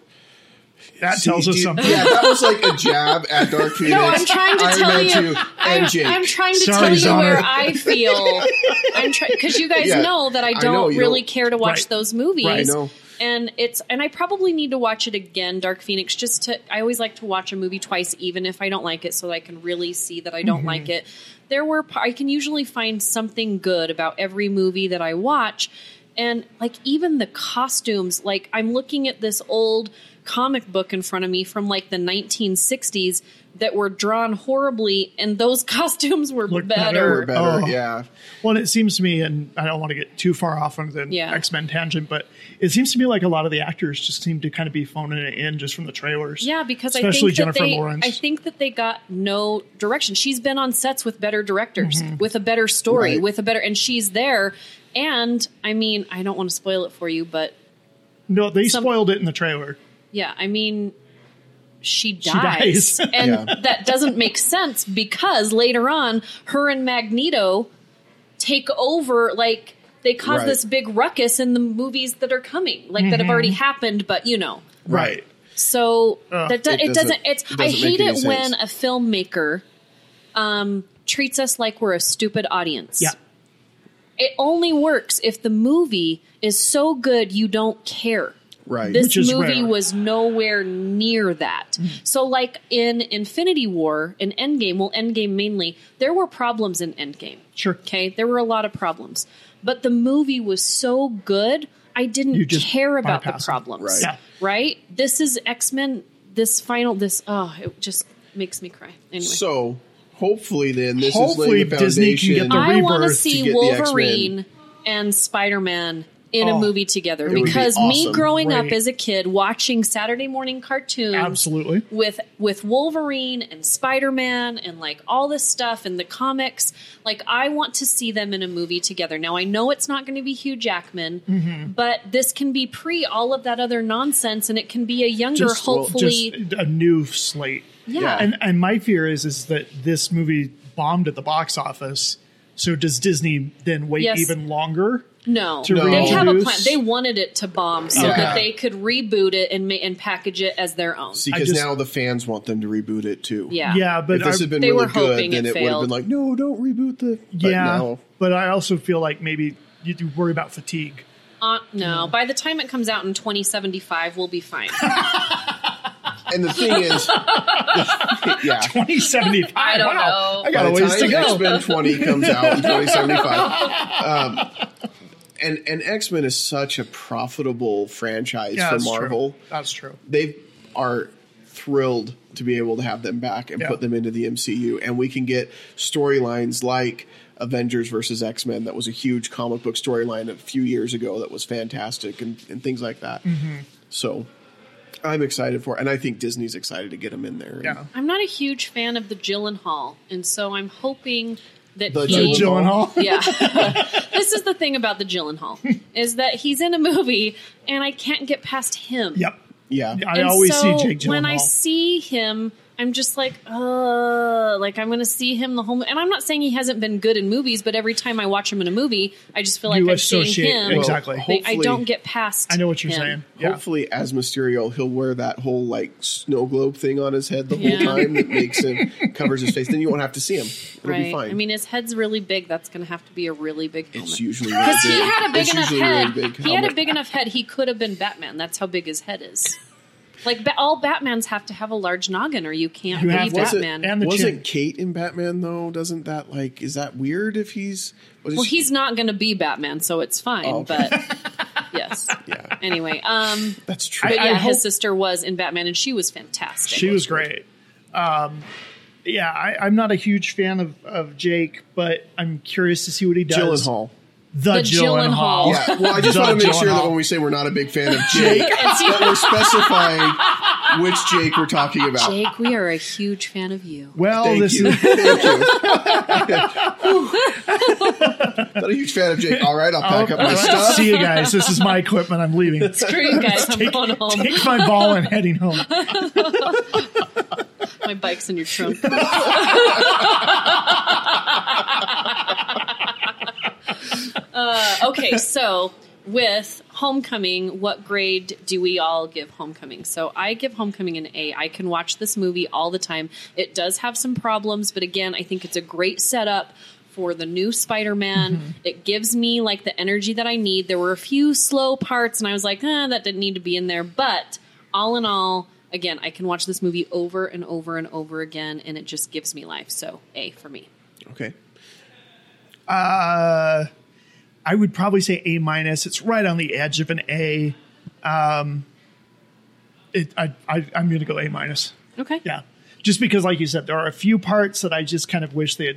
Speaker 2: that
Speaker 1: See,
Speaker 2: tells us
Speaker 1: dude,
Speaker 2: something.
Speaker 1: Yeah, that was like a jab at Dark Phoenix.
Speaker 3: No, I'm trying to
Speaker 1: Iron
Speaker 3: tell
Speaker 1: Man 2,
Speaker 3: you. I'm,
Speaker 1: and Jake.
Speaker 3: I'm trying to
Speaker 2: Sorry,
Speaker 3: tell you
Speaker 2: Zoner.
Speaker 3: where I feel. I'm trying because you guys
Speaker 1: Yeah.
Speaker 3: know that I
Speaker 1: I
Speaker 3: don't
Speaker 1: know, you
Speaker 3: really
Speaker 1: don't-
Speaker 3: care to watch
Speaker 2: Right.
Speaker 3: those movies.
Speaker 1: Right, I know.
Speaker 3: And it's and I probably need to watch it again, Dark Phoenix, just to. I always like to watch a movie twice, even if I don't like it, so that I can really see that I don't like
Speaker 1: Mm-hmm.
Speaker 3: it. There were pa- I can usually find something good about every movie that I watch, and like even the costumes. Like I'm looking at this old comic book in front of me from like the 1960s that were drawn horribly, and those costumes were
Speaker 2: Looked
Speaker 3: better.
Speaker 2: better.
Speaker 1: Or better,
Speaker 2: Oh.
Speaker 1: yeah.
Speaker 2: Well, and it seems to me, and I don't want to get too far off on the
Speaker 3: Yeah.
Speaker 2: X Men tangent, but it seems to me like a lot of the actors just seem to kind of be phoning it in just from the trailers.
Speaker 3: Yeah, because
Speaker 2: especially
Speaker 3: I think
Speaker 2: Jennifer
Speaker 3: that they,
Speaker 2: Lawrence.
Speaker 3: I think that they got no direction. She's been on sets with better directors,
Speaker 2: Mm-hmm.
Speaker 3: with a better story,
Speaker 1: Right.
Speaker 3: with a better, and she's there. And I mean, I don't want to spoil it for you, but
Speaker 2: no, they
Speaker 3: some-
Speaker 2: spoiled it in the trailer.
Speaker 3: yeah, I mean, she dies,
Speaker 2: dies.
Speaker 3: and
Speaker 1: Yeah.
Speaker 3: that doesn't make sense because later on, her and Magneto take over like. They cause
Speaker 1: Right.
Speaker 3: this big ruckus in the movies that are coming, like that have
Speaker 2: Mm-hmm.
Speaker 3: already happened, but you know.
Speaker 1: Right.
Speaker 3: So that do,
Speaker 1: Ah, It
Speaker 3: it,
Speaker 1: doesn't-
Speaker 3: doesn't. It's
Speaker 1: it doesn't
Speaker 3: I
Speaker 1: make
Speaker 3: hate
Speaker 1: any
Speaker 3: it when
Speaker 1: sense.
Speaker 3: a filmmaker um, treats us like we're a stupid audience.
Speaker 2: Yeah.
Speaker 3: It only works if the movie is so good you don't care.
Speaker 1: Right.
Speaker 3: This
Speaker 2: Which is
Speaker 3: movie
Speaker 2: rare. Mm-hmm.
Speaker 3: was nowhere near that. So, like in Infinity War and Endgame, well, Endgame mainly, there were problems in Endgame.
Speaker 2: Sure.
Speaker 3: Okay. There were a lot of problems. But the movie was so good, I
Speaker 2: You
Speaker 3: didn't
Speaker 2: just
Speaker 3: care about the
Speaker 2: bypass it.
Speaker 3: problems
Speaker 1: Right.
Speaker 2: Yeah.
Speaker 3: right? This is X Men. This final, this oh, it just makes me cry. Anyway,
Speaker 1: So hopefully, then this
Speaker 2: Hopefully
Speaker 1: is laying the
Speaker 2: Disney
Speaker 1: foundation.
Speaker 2: can get the
Speaker 3: I want to
Speaker 2: rebirth to
Speaker 3: see
Speaker 1: get the
Speaker 3: Wolverine and Spider Man in a
Speaker 2: Oh,
Speaker 3: movie together
Speaker 1: would be
Speaker 3: because me
Speaker 1: awesome.
Speaker 3: growing up
Speaker 2: Wait.
Speaker 3: as a kid watching Saturday morning cartoons
Speaker 2: Absolutely.
Speaker 3: with with Wolverine and Spider-Man and like all this stuff in the comics like I want to see them in a movie together. Now I know it's not going to be Hugh Jackman,
Speaker 2: Mm-hmm.
Speaker 3: but this can be pre all of that other nonsense and it can be a younger
Speaker 2: Just- well,
Speaker 3: hopefully
Speaker 2: just a new slate.
Speaker 3: yeah.
Speaker 2: And and my fear is is that this movie bombed at the box office. So does Disney then wait
Speaker 3: Yes.
Speaker 2: even longer?
Speaker 3: No,
Speaker 2: to
Speaker 3: they have a plan.
Speaker 2: reintroduce-
Speaker 3: They wanted it to bomb so
Speaker 2: Okay.
Speaker 3: that they could reboot it and ma- and package it as their own.
Speaker 1: because
Speaker 2: just-
Speaker 1: now the fans want them to reboot it too.
Speaker 3: yeah,
Speaker 2: Yeah, but
Speaker 1: if this
Speaker 2: I-
Speaker 1: had been
Speaker 3: They
Speaker 1: really
Speaker 3: were hoping
Speaker 1: good, then
Speaker 3: it
Speaker 1: it, would have
Speaker 3: failed.
Speaker 1: been like, no, don't reboot the. But
Speaker 2: yeah,
Speaker 1: no.
Speaker 2: but I also feel like maybe you do worry about fatigue.
Speaker 3: Uh, no, by the time it comes out in 2075, we'll be fine.
Speaker 1: And the thing is, yeah.
Speaker 2: 2075.
Speaker 3: I don't
Speaker 2: wow,
Speaker 3: know.
Speaker 2: I got a
Speaker 1: By the
Speaker 2: ways to
Speaker 1: time
Speaker 2: go.
Speaker 1: X-Men 20 comes out in 2075. Um, and and X-Men is such a profitable franchise
Speaker 2: Yeah,
Speaker 1: for
Speaker 2: that's
Speaker 1: Marvel.
Speaker 2: True. That's true.
Speaker 1: They are thrilled to be able to have them back and
Speaker 2: Yeah.
Speaker 1: put them into the MCU and we can get storylines like Avengers versus X-Men that was a huge comic book storyline a few years ago that was fantastic and, and things like that.
Speaker 2: Mm-hmm.
Speaker 1: So I'm excited for it. and I think Disney's excited to get them in there.
Speaker 2: Yeah.
Speaker 3: I'm not a huge fan of the Gyllenhaal, and so I'm hoping that
Speaker 1: The
Speaker 3: he.
Speaker 1: Gyllenhaal.
Speaker 3: yeah, this is the thing about the Gyllenhaal is that he's in a movie, and I can't get past him.
Speaker 2: Yep.
Speaker 1: Yeah.
Speaker 2: I
Speaker 3: And
Speaker 2: always see
Speaker 3: so
Speaker 2: Jake Gyllenhaal.
Speaker 3: When I see him, I'm just like, uh, like I'm going to see him the whole. mo- And I'm not saying he hasn't been good in movies, but every time I watch him in a movie, I just feel like
Speaker 2: You
Speaker 3: I'm seeing
Speaker 2: associate-
Speaker 3: him.
Speaker 2: exactly.
Speaker 1: Well,
Speaker 3: They- I
Speaker 1: hopefully-
Speaker 3: don't get past.
Speaker 2: I know what you're
Speaker 3: him.
Speaker 2: saying. Yeah.
Speaker 1: Hopefully, as Mysterio, he'll wear that whole like snow globe thing on his head the whole
Speaker 3: Yeah.
Speaker 1: time that makes him covers his face. Then you won't have to see him. It'll
Speaker 3: right?
Speaker 1: be fine.
Speaker 3: I mean, his head's really big. That's going to have to be a really big helmet.
Speaker 1: it's usually really
Speaker 3: he
Speaker 1: big.
Speaker 3: had a big
Speaker 1: it's
Speaker 3: enough
Speaker 1: usually
Speaker 3: head.
Speaker 1: Really big
Speaker 3: he had a
Speaker 1: helmet.
Speaker 3: big enough head. He could have been Batman. That's how big his head is. Like ba- all Batmans have to have a large noggin, or you can't
Speaker 2: You
Speaker 3: be
Speaker 2: have to-
Speaker 1: Was it-
Speaker 3: Batman.
Speaker 2: and the
Speaker 1: Wasn't
Speaker 2: chin.
Speaker 1: Kate in Batman though? Doesn't that like is that weird if he's was
Speaker 3: Well,
Speaker 1: she-
Speaker 3: he's not going to be Batman, so it's fine.
Speaker 1: Oh, okay.
Speaker 3: But yes,
Speaker 1: yeah
Speaker 3: anyway. Um,
Speaker 1: that's true.
Speaker 3: but
Speaker 2: I
Speaker 3: yeah,
Speaker 2: hope-
Speaker 3: his sister was in Batman, and she was fantastic.
Speaker 2: She was great. Um, yeah, I, I'm not a huge fan of, of Jake, but I'm curious to see what he does.
Speaker 1: Gyllenhaal.
Speaker 2: The,
Speaker 3: The
Speaker 2: Gyllenhaal.
Speaker 3: Gyllenhaal.
Speaker 1: Yeah. Well, I just
Speaker 2: The
Speaker 1: want to make sure
Speaker 2: Gyllenhaal.
Speaker 1: that when we say we're not a big fan of Jake, that we're specifying which Jake we're talking about.
Speaker 3: Jake, we are a huge fan of you.
Speaker 2: Well,
Speaker 1: Thank
Speaker 2: Oh, this
Speaker 1: you.
Speaker 2: is
Speaker 1: Thank you. Not a huge fan of Jake. All right, I'll
Speaker 2: Oh,
Speaker 1: pack up my stuff.
Speaker 2: see you guys. This is my equipment. I'm leaving.
Speaker 3: Screw you guys, I'm going home.
Speaker 2: Take my ball and heading home.
Speaker 3: My bike's in your trunk. uh, okay, so with Homecoming, what grade do we all give Homecoming? So I give Homecoming an A. I can watch this movie all the time. It does have some problems, but again, I think it's a great setup. For the new Spider Man, it gives me like the energy that I need. There were a few slow parts, and I was like, eh, that didn't need to be in there. But all in all, again, I can watch this movie over and over and over again, and it just gives me life. So, A for me.
Speaker 1: Okay.
Speaker 2: Uh, I would probably say A minus. It's right on the edge of an A. Um, it, I, I, I'm going to go A minus.
Speaker 3: Okay.
Speaker 2: Yeah. Just because, like you said, there are a few parts that I just kind of wish they had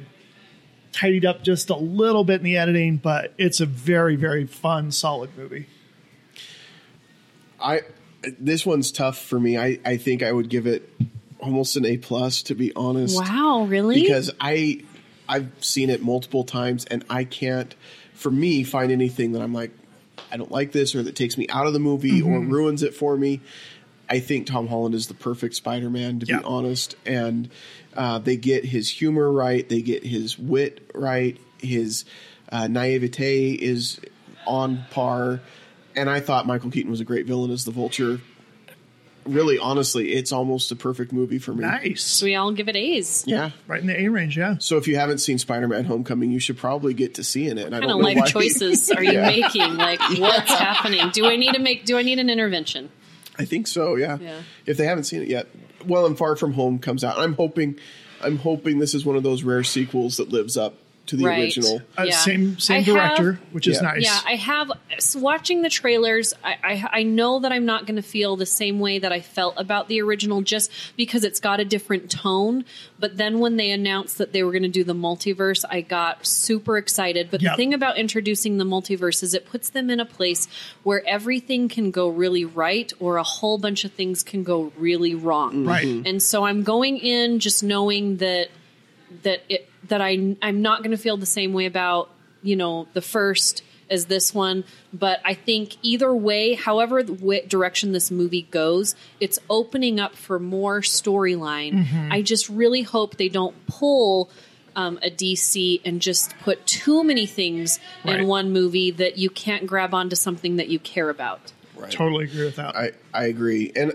Speaker 2: tidied up just a little bit in the editing, but it's a very, very fun, solid movie.
Speaker 1: I this one's tough for me. I, I think I would give it almost an A plus to be honest.
Speaker 3: Wow, really?
Speaker 1: Because I I've seen it multiple times and I can't for me find anything that I'm like I don't like this or that takes me out of the movie or
Speaker 2: Mm-hmm.
Speaker 1: ruins it for me. I think Tom Holland is the perfect Spider-Man to
Speaker 2: Yeah.
Speaker 1: be honest and uh, they get his humor right, they get his wit right, his uh, naivete is on par and I thought Michael Keaton was a great villain as the Vulture. Really honestly, it's almost a perfect movie for me.
Speaker 2: Nice.
Speaker 3: So we all give it A's.
Speaker 1: Yeah.
Speaker 2: Right in the A range, yeah.
Speaker 1: So if you haven't seen Spider-Man: Homecoming, you should probably get to seeing it. And I
Speaker 3: What kind
Speaker 1: don't
Speaker 3: of
Speaker 1: know
Speaker 3: life
Speaker 1: why.
Speaker 3: choices are you making? Like, what's happening? Do I need to make? Do I need an intervention?
Speaker 1: I think so. Yeah.
Speaker 3: Yeah.
Speaker 1: If they haven't seen it yet, well, and Far From Home comes out. I'm hoping, I'm hoping this is one of those rare sequels that lives up to the
Speaker 3: Right.
Speaker 1: original.
Speaker 2: Uh,
Speaker 3: Yeah.
Speaker 2: Same
Speaker 3: I
Speaker 2: same
Speaker 3: have-
Speaker 2: director, which is
Speaker 1: Yeah.
Speaker 2: nice.
Speaker 3: Yeah, I have so watching the trailers. I, I I know that I'm not going to feel the same way that I felt about the original, just because it's got a different tone. But then when they announced that they were going to do the multiverse, I got super excited. But
Speaker 2: Yeah.
Speaker 3: the thing about introducing the multiverse is it puts them in a place where everything can go really right, or a whole bunch of things can go really wrong.
Speaker 2: Right.
Speaker 3: And so I'm going in just knowing that that it that I I'm not going to feel the same way about you know the first as this one, but I think either way, however the w- direction this movie goes, it's opening up for more storyline. I just really hope they don't pull. Um, a DC and just put too many things
Speaker 2: Right.
Speaker 3: in one movie that you can't grab onto something that you care about.
Speaker 1: Right.
Speaker 2: Totally agree with that.
Speaker 1: I, I agree. And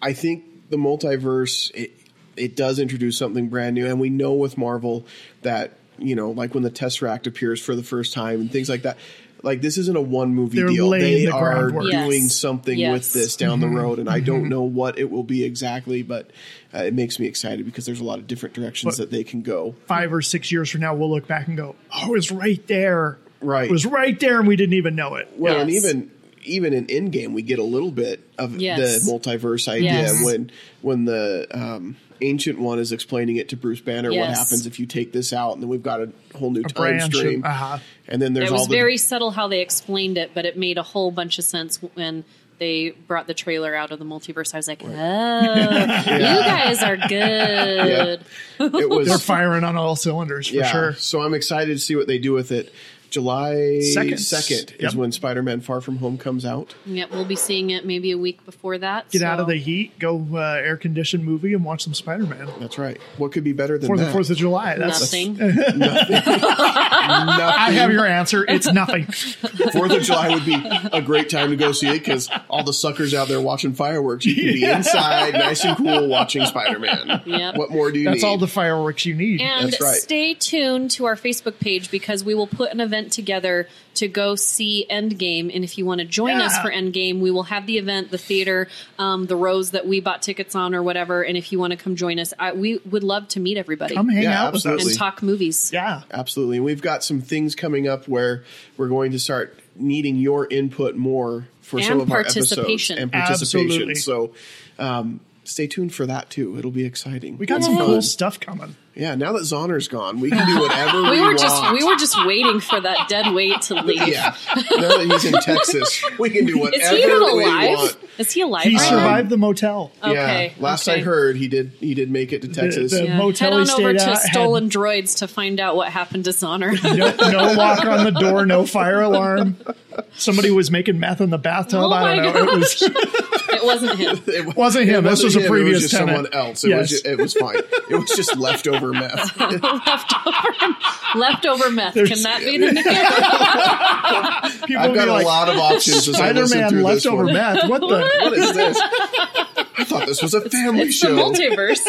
Speaker 1: I think the multiverse, it, it does introduce something brand new. And we know with Marvel that, you know, like when the Tesseract appears for the first time and things like that, like this isn't a one movie
Speaker 2: They're
Speaker 1: deal.
Speaker 2: laying
Speaker 1: They
Speaker 2: the
Speaker 1: are
Speaker 2: groundwork. Mm-hmm.
Speaker 3: Yes.
Speaker 1: doing something with
Speaker 3: Yes.
Speaker 1: this down the road. And I don't know what it will be exactly, but uh, it makes me excited because there's a lot of different directions
Speaker 2: But-
Speaker 1: that they can go.
Speaker 2: Five or six years from now, we'll look back and go, "Oh, it was right there.
Speaker 1: Right.
Speaker 2: It was right there, and we didn't even know it."
Speaker 1: Well, and
Speaker 3: Yes.
Speaker 1: even even in Endgame, we get a little bit of
Speaker 3: Yes.
Speaker 1: the multiverse idea
Speaker 3: Yes.
Speaker 1: when when the um, ancient one is explaining it to Bruce Banner what
Speaker 3: Yes.
Speaker 1: happens if you take this out, and then we've got a whole new time
Speaker 2: branch of-
Speaker 1: stream.
Speaker 2: uh-huh.
Speaker 1: And then there's
Speaker 3: it was
Speaker 1: all the
Speaker 3: very subtle how they explained it, but it made a whole bunch of sense when they brought the trailer out of the multiverse. I was like, oh, you guys are good.
Speaker 1: it was
Speaker 2: They're firing on all cylinders for
Speaker 1: yeah.
Speaker 2: sure.
Speaker 1: So I'm excited to see what they do with it. July
Speaker 2: Second.
Speaker 1: second
Speaker 2: Yep.
Speaker 1: is when Spider-Man: Far From Home comes out.
Speaker 3: Yeah, we'll be seeing it maybe a week before that.
Speaker 2: Get out of
Speaker 3: so-
Speaker 2: the heat, go uh, air conditioned movie, and watch some Spider Man
Speaker 1: That's right. What could be better than
Speaker 2: for the
Speaker 1: that?
Speaker 2: Fourth of July. That's
Speaker 3: Nothing.
Speaker 2: I have your answer. It's nothing.
Speaker 1: Fourth of July would be a great time to go see it because all the suckers out there watching fireworks, you can be inside, nice and cool, watching Spider Man.
Speaker 3: Yep.
Speaker 1: What more do you
Speaker 2: That's
Speaker 1: need?
Speaker 2: all the fireworks you need.
Speaker 3: And
Speaker 1: That's right.
Speaker 3: stay tuned to our Facebook page because we will put an event together to go see Endgame. And if you want to join
Speaker 2: Yeah.
Speaker 3: us for Endgame, we will have the event, the theater, um, the rows that we bought tickets on, or whatever. And if you want to come join us, I, we would love to meet everybody
Speaker 2: Come hang
Speaker 1: Yeah,
Speaker 2: out with
Speaker 1: absolutely.
Speaker 2: us.
Speaker 3: and talk movies.
Speaker 2: Yeah.
Speaker 1: Absolutely. And we've got some things coming up where we're going to start needing your input more for some
Speaker 3: And
Speaker 1: of our episodes
Speaker 3: participation.
Speaker 1: and participation.
Speaker 2: Absolutely.
Speaker 1: So um, stay tuned for that too. It'll be exciting.
Speaker 2: We got some cool stuff coming.
Speaker 1: Yeah, now that Zoner's gone, we can do whatever we,
Speaker 3: We were
Speaker 1: want.
Speaker 3: just we were just waiting for that dead weight to leave.
Speaker 1: yeah, now that he's in Texas, we can do
Speaker 3: Is
Speaker 1: whatever
Speaker 3: he even
Speaker 1: we
Speaker 3: alive?
Speaker 1: want.
Speaker 3: Is he alive?
Speaker 1: um,
Speaker 2: He
Speaker 3: right now?
Speaker 2: survived the motel.
Speaker 3: Okay,
Speaker 1: yeah. Last I
Speaker 3: okay.
Speaker 1: heard, he did. He did make it to Texas.
Speaker 2: the-
Speaker 3: Yeah.
Speaker 2: Motel
Speaker 3: Head
Speaker 2: he
Speaker 3: on over
Speaker 2: stayed
Speaker 3: to
Speaker 2: at had-
Speaker 3: Stolen Droids to find out what happened to Zoner.
Speaker 2: No, no lock on the door, no fire alarm. Somebody was making meth in the bathtub.
Speaker 3: Oh
Speaker 2: I don't
Speaker 3: my
Speaker 2: know. It was
Speaker 3: it wasn't him.
Speaker 1: It
Speaker 2: Wasn't him. This was a
Speaker 1: it was
Speaker 2: previous
Speaker 1: just
Speaker 2: tenant.
Speaker 1: someone else. It was.
Speaker 2: Yes.
Speaker 1: Just, it was fine. It was just leftover meth.
Speaker 3: Leftover meth. Can
Speaker 2: There's-
Speaker 3: that be the nickname?
Speaker 2: people
Speaker 1: I've
Speaker 2: be
Speaker 1: got
Speaker 2: like,
Speaker 1: a lot of options. As I
Speaker 2: Spider
Speaker 1: listen
Speaker 2: Man
Speaker 1: through this
Speaker 2: leftover
Speaker 1: one.
Speaker 2: meth. What the?
Speaker 1: What is this? I thought this was a family
Speaker 3: It's the
Speaker 1: show.
Speaker 3: multiverse.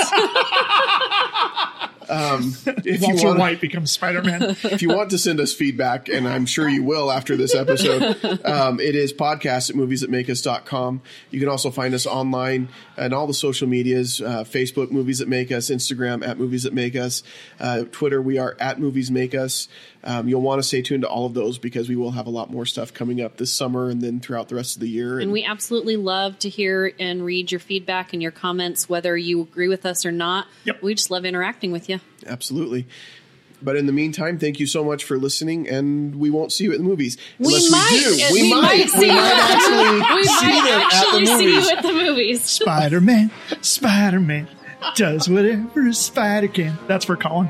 Speaker 1: if you
Speaker 2: Walter
Speaker 1: want,
Speaker 2: White becomes Spider Man.
Speaker 1: if you want to send us feedback, and I'm sure you will after this episode, um, it is podcast at movies that make us.com. You can also find us online and all the social medias uh, Facebook, Movies That Make Us, Instagram, at Movies That Make Us, uh, Twitter, we are at Movies Make Us. Um, you'll want to stay tuned to all of those because we will have a lot more stuff coming up this summer and then throughout the rest of the year.
Speaker 3: And we absolutely love to hear and read your feedback and your comments, whether you agree with us or not.
Speaker 2: Yep.
Speaker 3: We just love interacting with you.
Speaker 1: Absolutely. But in the meantime, thank you so much for listening, and we won't see you at the movies. Unless
Speaker 3: might-
Speaker 1: We,
Speaker 3: we
Speaker 1: might.
Speaker 3: might
Speaker 1: We
Speaker 3: see you.
Speaker 1: might actually
Speaker 3: We
Speaker 1: see
Speaker 3: might
Speaker 1: them at the
Speaker 3: actually see
Speaker 1: movies.
Speaker 3: you at the movies.
Speaker 2: Spider Man, Spider Man does whatever a spider can. That's for Colin.